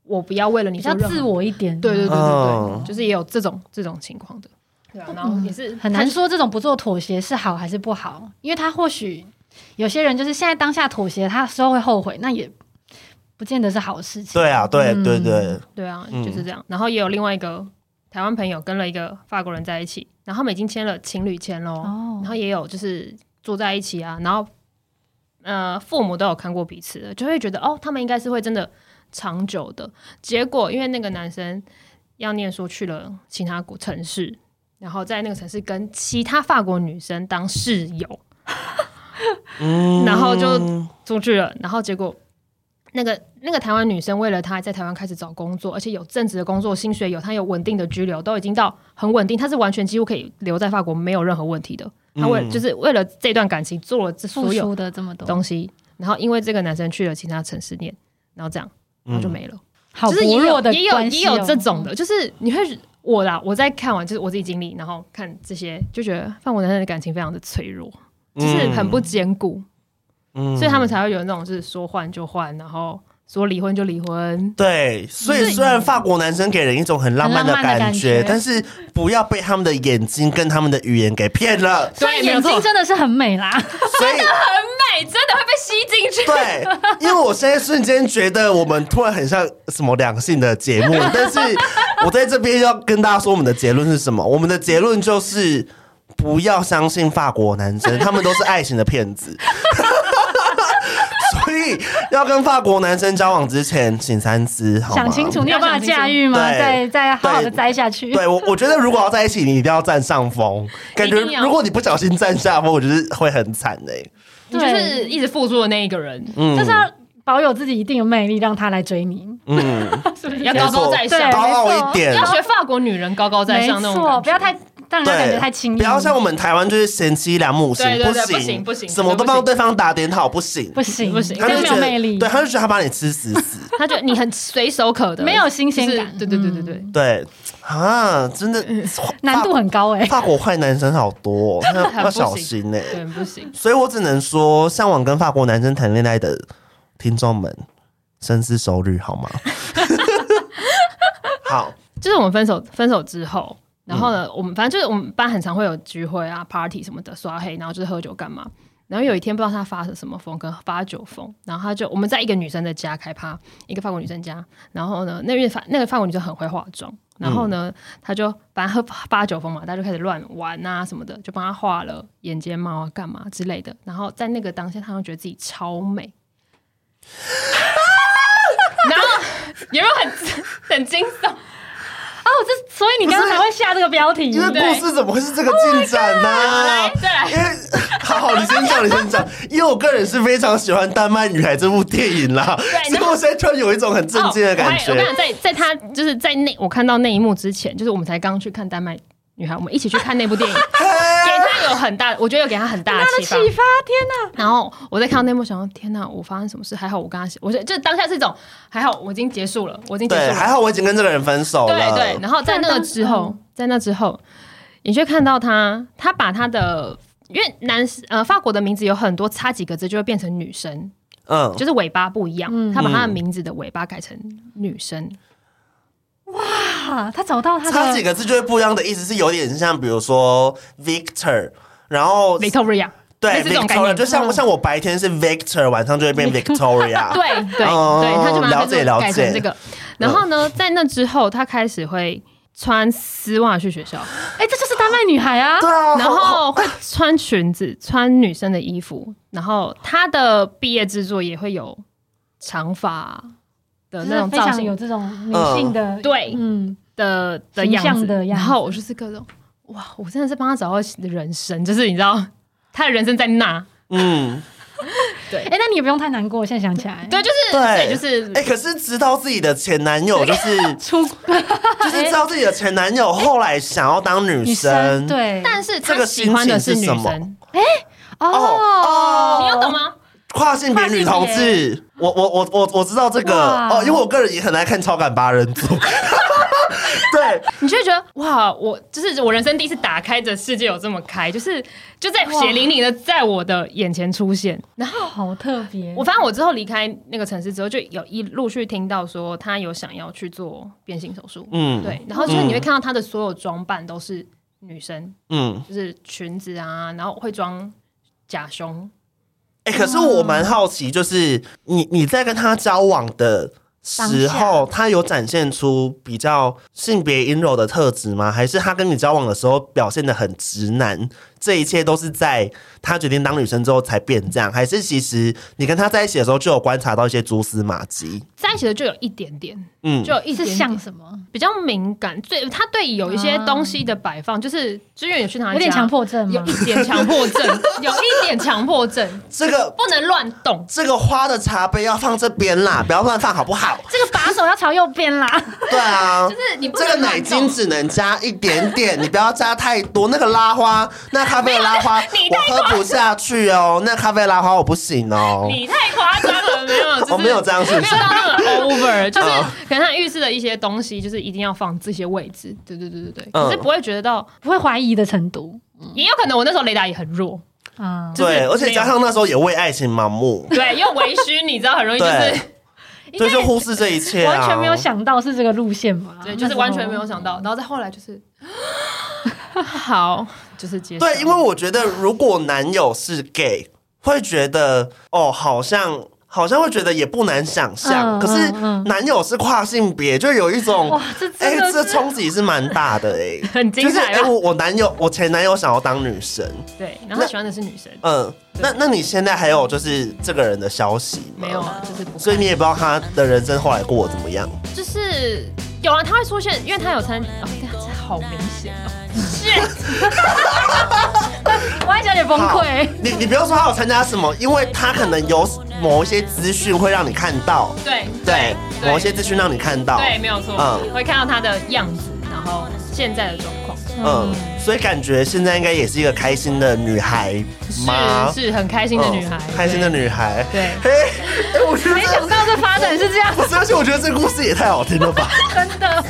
S2: 我不要为了你
S3: 比
S2: 做
S3: 较
S2: 任何
S3: 自我一点，嗯
S2: 对对对对对，
S1: 哦
S2: 就是也有这种这种情况的。对啊，然后也是
S3: 很难说这种不做妥协是好还是不好，因为他或许有些人就是现在当下妥协，他时候会后悔，那也不见得是好事情。
S1: 对啊，对
S3: 嗯
S1: 对对，
S2: 对啊，
S1: 嗯
S2: 就是这样。然后也有另外一个台湾朋友跟了一个法国人在一起，然后他们已经签了情侣签喽，
S3: 哦
S2: 然后也有就是住在一起啊，然后呃父母都有看过彼此的，就会觉得哦，他们应该是会真的长久的。结果因为那个男生要念书去了其他国城市，然后在那个城市跟其他法国女生当室友，
S1: 嗯
S2: 然后就出去了，然后结果那个那个台湾女生为了她在台湾开始找工作，而且有正职的工作，薪水有，她有稳定的居留，都已经到很稳定，她是完全几乎可以留在法国没有任何问题的。她为、
S1: 嗯
S2: 就是为了这段感情做了这
S3: 付
S2: 所有
S3: 出的这么多，
S2: 东西，然后因为这个男生去了其他城市念，然后这样，
S3: 嗯
S2: 然后就没了。
S3: 好
S2: 就是也
S3: 薄弱
S2: 有
S3: 的
S2: 也有
S3: 关系
S2: 也
S3: 哦
S2: 有这种的，就是你会我啦，我在看完就是我自己经历，然后看这些，就觉得范国男生的感情非常的脆弱，就是很不坚固，
S1: 嗯
S2: 所以他们才会有那种就是说换就换，然后说离婚就离婚。
S1: 对，所以
S2: 所以。
S1: 虽然法国男生给人一种很浪漫的
S3: 很浪漫
S1: 感
S3: 的感
S1: 觉，
S3: 觉
S1: 但是不要被他们的眼睛跟他们的语言给骗了
S3: 虽然
S2: 对没有
S3: 眼
S2: 错
S3: 睛真的是很美啦，
S1: 所以
S2: 哎，真的会被吸进去。
S1: 对，因为我现在瞬间觉得我们突然很像什么两性的节目，但是我在这边要跟大家说，我们的结论是什么？我们的结论就是。不要相信法国男生，他们都是爱情的骗子。所以要跟法国男生交往之前，请三思，好吗？
S3: 想清楚，你有办法驾驭吗？
S1: 对
S3: 再再好好的
S1: 对
S3: 栽下去。
S1: 对我，我觉得如果要在一起，你一定要占上风。感觉
S2: 一定要
S1: 如果你不小心占下风，我觉得会很惨哎、
S2: 你就是一直付出的那一个人，
S1: 嗯
S3: 就是要保有自己一定的魅力，让他来追你，
S1: 嗯，
S3: 是不是
S2: 要
S1: 没
S2: 高
S1: 错
S2: 高在上
S3: 对，
S1: 高傲一点
S2: 要学法国女人高高在
S3: 没
S2: 上那种
S3: 错，
S2: 感
S3: 不
S2: 觉。
S3: 要太让人家感觉太轻易，
S1: 不要像我们台湾就是贤妻良母型，
S2: 对对对
S1: 行
S2: 不行不行
S1: 什么都
S2: 真的不
S1: 帮
S2: 行
S1: 对方打点好，不行，
S3: 不行
S2: 不行
S3: 这
S1: 他
S3: 样
S1: 就
S3: 没
S1: 觉
S3: 有
S1: 得
S3: 魅力，
S1: 对，他就觉得他把你吃死死，
S2: 他觉得你很随手可得，
S3: 没有新鲜感
S2: 就是对对对对对，
S1: 对啊，真的
S3: 难度很高哎。
S1: 法国坏男生好多、哦，要
S2: 很
S1: 要
S2: 不
S1: 小
S2: 行
S1: 心哎、
S2: 对不行。
S1: 所以我只能说，向往跟法国男生谈恋爱的听众们，深思熟虑好吗？好，
S2: 就是我们分手分手之后，然后呢，我们反正就是我们班很常会有聚会啊、party 什么的，刷黑，然后就是喝酒干嘛。然后有一天不知道他发了什么疯，跟发酒疯，然后他就我们在一个女生的家开趴，一个法国女生家，然后呢，那因为法那个法国女生很会化妆，然后呢，他就反正喝八九疯嘛，大家就开始乱玩啊什么的，就帮他画了眼睫毛啊干嘛之类的，然后在那个当下，他就觉得自己超美，然后有没有很 很惊悚？
S3: 哦，这所以你刚刚才会下这个标题，
S1: 因为
S3: 对
S1: 故事怎么会是这个进展呢、
S2: 来再来
S1: 因为哎好好，你先讲，你先讲，因为我个人是非常喜欢《丹麦女孩》这部电影啦，所以我现在突然有一种很震惊的感觉。
S2: 哦我还我跟你讲，在在他就是在那 我看到那一幕之前，就是我们才刚去看丹麦女孩，我们一起去看那部电影，给
S1: 嘿
S2: 他有很大，我觉得有给他很大
S3: 大
S2: 的
S3: 的
S2: 启
S3: 启
S2: 发。
S3: 发，天哪！
S2: 然后我在看到那幕，想说天哪，我发生什么事？还好我跟他，我就就当下是一种还好我已经结束了，我已经结束
S1: 对，
S2: 了，
S1: 还好我已经跟这个人分手了。
S2: 对对，然后在那个之后，在那之后，你就会看到他，他把他的。因为男呃，法国的名字有很多，差几个字就会变成女生，
S1: 嗯，
S2: 就是尾巴不一样。他把他的名字的尾巴改成女生，
S3: 啊，他找到他
S1: 差几
S3: 的，
S1: 个字就会不一样的意思，是有点像，比如说 Victor，然后
S2: Victoria。类
S1: 对
S2: 似这种概
S1: Victoria，
S2: 念
S1: 就像
S2: 嗯
S1: 像我白天是 Victor，晚上就会 变 Victoria。
S2: 对啊对、
S1: 哦
S2: 对，他就把
S1: 了
S2: 他
S1: 解
S2: 名字
S1: 了
S2: 改
S1: 解嗯
S2: 成这个。然后呢，在那之后，他开始会穿丝袜去学校，
S1: 哦
S3: 哎，这就是丹麦女孩啊
S1: 对！啊，
S2: 然后会穿裙子，穿女生的衣服。然后他的毕业制作也会有长发的
S3: 就
S2: 那
S3: 是
S2: 种
S3: 非
S2: 造
S3: 常有
S2: 型
S3: 这种女性的，
S2: 对
S3: 嗯，
S2: 的的
S3: 形
S2: 样
S3: 象
S2: 子。
S3: 的样
S2: 然后我就是各种哇，我真的是帮他找到人生，就是你知道他的人生在那。
S1: 嗯，
S3: 哎，那你也不用太难过，我现在想起来，
S2: 对，就是
S1: 对
S2: 对，就是
S1: 哎、可是知道自己的前男友就是
S3: 出
S1: 就是知道自己的前男友后来想要当女
S3: 女生，对，
S2: 但是
S1: 这个
S2: 他喜欢的是
S1: 心
S2: 女
S1: 情是什么
S2: 生，
S1: 哦
S2: 你有懂吗？
S1: 跨性别女同志，我我我我我知道这个
S3: 哇
S1: 哦，因为我个人也很爱看《超感八人组》。对，
S2: 你就会觉得哇，我就是我人生第一次打开这世界有这么开，就是就在血淋淋的在我的眼前出现。然后
S3: 好特别，
S2: 我发现我之后离开那个城市之后，就有一陆续听到说他有想要去做变性手术，
S1: 嗯，，
S2: 对，然后就是你会
S1: 嗯
S2: 看到他的所有装扮都是女生，
S1: 嗯，
S2: 就是裙子啊，然后会装假胸，
S1: 哎、可是我蛮好奇，就是你你在跟他交往的时候，他有展现出比较性别阴柔的特质吗？还是他跟你交往的时候表现的很直男？这一切都是在他决定当女生之后才变这样？还是其实你跟他在一起的时候就有观察到一些蛛丝马迹？
S2: 在一起的就有一点点，
S1: 嗯，
S2: 就有一
S3: 是
S2: 点点
S3: 像什么？
S2: 比较敏感，最他对有一些东西的摆放，就是就是因为你去他家
S3: 有点强迫症
S2: 有
S3: 吗？
S2: 一点强迫症，有一点强迫症，
S1: 这个
S2: 不能乱动。
S1: 这个花的茶杯要放这边啦，不要乱放好不好？
S3: 这个把手要朝右边啦，
S1: 对啊，
S2: 就是你不
S1: 这
S2: 能
S1: 个
S2: 乱动
S1: 奶精只能加一点点，你不要加太多。那个拉花，那咖啡的拉花，
S2: 你太
S1: 我喝不下去哦。那咖啡拉花我不行哦。
S2: 你太夸张了，没有，就是
S1: 我哦没有这样是不
S2: 没
S1: 是
S2: 有到 那么 over，就是
S1: 嗯
S2: 可能他预示的一些东西，就是一定要放这些位置。对对对对对，
S1: 嗯
S2: 可是不会觉得到，
S3: 不会怀疑的程度
S2: 也有可能我那时候雷达也很弱，
S3: 啊。
S2: 就是
S1: 对，而且加上那时候也为爱情盲目，
S2: 对，又微醺，你知道，很容易就是
S1: 对对，就忽视这一切啊。
S3: 完全没有想到是这个路线嘛？
S2: 对，就是完全没有想到，然后再后来就是 好，就是接受。
S1: 对，因为我觉得如果男友是 gay，会觉得哦，好像好像会觉得也不难想象。
S3: 嗯
S1: 可是
S3: 嗯嗯
S1: 男友是跨性别，就有一种
S3: 哇，这
S1: 哎、
S3: 真的
S1: 这
S3: 是
S1: 冲击是蛮大的哎、
S2: 很精彩啊
S1: 就是、哎
S2: 吧
S1: 我我男友，我前男友想要当女生，
S2: 对，然后他喜欢的是女生，
S1: 嗯，那那你现在还有就是这个人的消息吗？
S2: 没有，啊，就是不看。
S1: 所以你也不知道他的人生后来过得怎么样。
S2: 就是有啊，他会出现，因为他有参，哦，对啊，这好明显哦， 是，
S3: 我还有点崩
S1: 好
S3: 溃。
S1: 你你不要说他有参加什么，因为他可能有某一些资讯会让你看到，
S2: 对
S1: 对，
S2: 对
S1: 某一些资讯让你看到，
S2: 对，没有错，
S1: 嗯
S2: 会看到他的样子，然后现在的状况
S1: 嗯，所以感觉现在应该也是一个开心的女孩吗？
S2: 是是很开心的女孩
S1: 嗯，开心的女孩，
S2: 对
S1: 嘿，哎，我觉得
S3: 没想到这发展是这样，
S1: 不是，而且我觉得这个故事也太好听了 吧！
S3: 真的。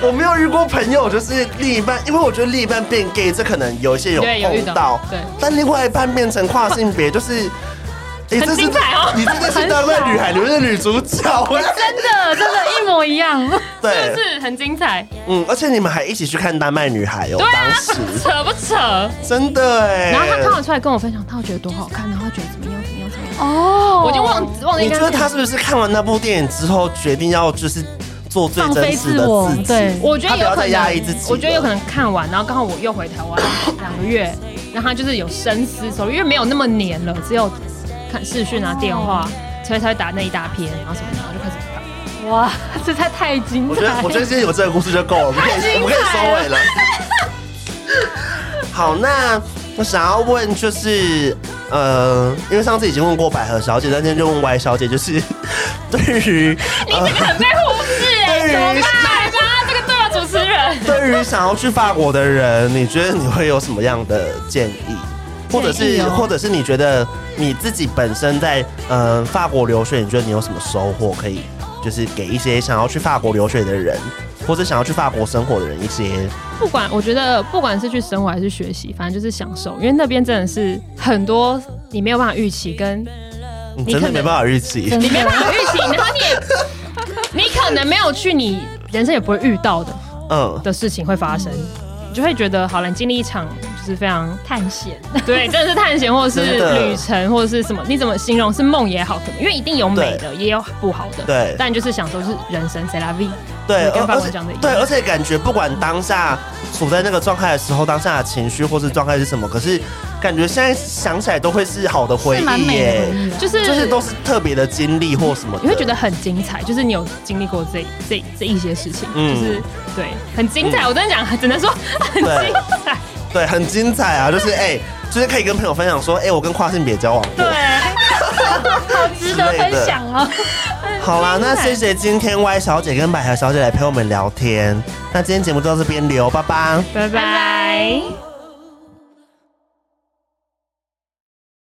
S1: 我没有遇过朋友，就是另一半，因为我觉得另一半变 gay，这可能有一些有
S2: 对有遇
S1: 碰到
S2: 到，对
S1: 但另外一半变成跨性 别，就是。你
S2: 很精彩哦
S1: 你真的是当位女孩，你们是女主角，哎
S3: 真的，真的，一模一样。
S2: 对，
S1: 对，
S2: 就是很精彩，
S1: 嗯，而且你们还一起去看丹麦女孩哦，当时
S2: 扯不扯？
S1: 真的哎，
S2: 啊然后他看完出来跟我分享，他觉得多好看，然后他觉得怎么样怎么样怎么样，
S3: 哦
S2: 我就忘忘了
S1: 你
S2: 应该
S1: 觉得他是不是看完那部电影之后，决定要就是做最真实的
S3: 放
S1: 自
S3: 飞自我
S1: 己？
S3: 对
S2: 我觉得
S1: 他不
S2: 有
S1: 要
S2: 可
S1: 再
S2: 能
S1: 压抑自己了，
S2: 我觉得有可能看完，然后刚好我又回台 湾两个月，然后他就是有深思熟虑，因为没有那么黏了，只有看视讯啊、电话，所以才会打那一大篇，然后什么的，然后就开始打。
S3: 哇，这太太精
S1: 我 觉得
S3: 彩。，
S1: 我觉得今天有这个故事就够了，我们可以，我们可以收尾了。 好，那我想要问就是，呃，因为上次已经问过百合小姐，但今天就问 Y 小姐，就是 对于呃
S2: 你这个很被忽视哎、
S1: 对
S2: 怎么办？吧，这个对啊，主持人人。
S1: 对于想要去法国的人，你觉得你会有什么样的建议？或者是，
S3: 建议哦
S1: 或者是你觉得你自己本身在呃法国留学，你觉得你有什么收获可以，就是给一些想要去法国留学的人，或者想要去法国生活的人一些
S2: 不管我觉得，不管是去生活还是学习，反正就是享受，因为那边真的是很多你没有办法预期，跟
S1: 你
S2: 你
S1: 嗯真的
S2: 可能
S1: 没办法预期。
S3: 真
S2: 你没
S3: 的
S2: 办法预期，然后你也你可能没有去，你人生也不会遇到的
S1: 嗯，
S2: 的事情会发生，你就会觉得好了，你经历一场就是非 常
S3: 探险，
S2: 对，真的是探险，或者是
S1: 真的
S2: 旅程，或者是什么？你怎么形容是梦也好，可能因为一定有美的，也有不好的。
S1: 对
S2: 但就是享受是人生 c e la vie。
S1: 对，
S2: 跟
S1: 而
S2: 法
S1: 而
S2: 国
S1: 且
S2: 讲的一样
S1: 对，而且感觉不管当下处在那个状态的时候，当下的情绪或是状态是什么，可是感觉现在想起来都会是好的回
S3: 是蛮
S1: 忆
S3: 美的回
S1: 耶，
S3: 忆啊。
S2: 就是
S1: 就是都是特别的经历或什么的，
S2: 你会觉得很精彩，就是你有经历过这这这一些事情，
S1: 嗯
S2: 就是对，很精彩。我真的讲，只能说很
S1: 对
S2: 精彩。
S1: 对，很精彩啊！ 就是哎、就是可以跟朋友分享说，哎、我跟跨性别交往 过。
S3: 值得分享 哦。
S1: 好啦，那谢谢今天 Y 小姐跟百合小姐来陪我们聊天。那今天节目就到这边留，拜拜。
S2: 拜拜。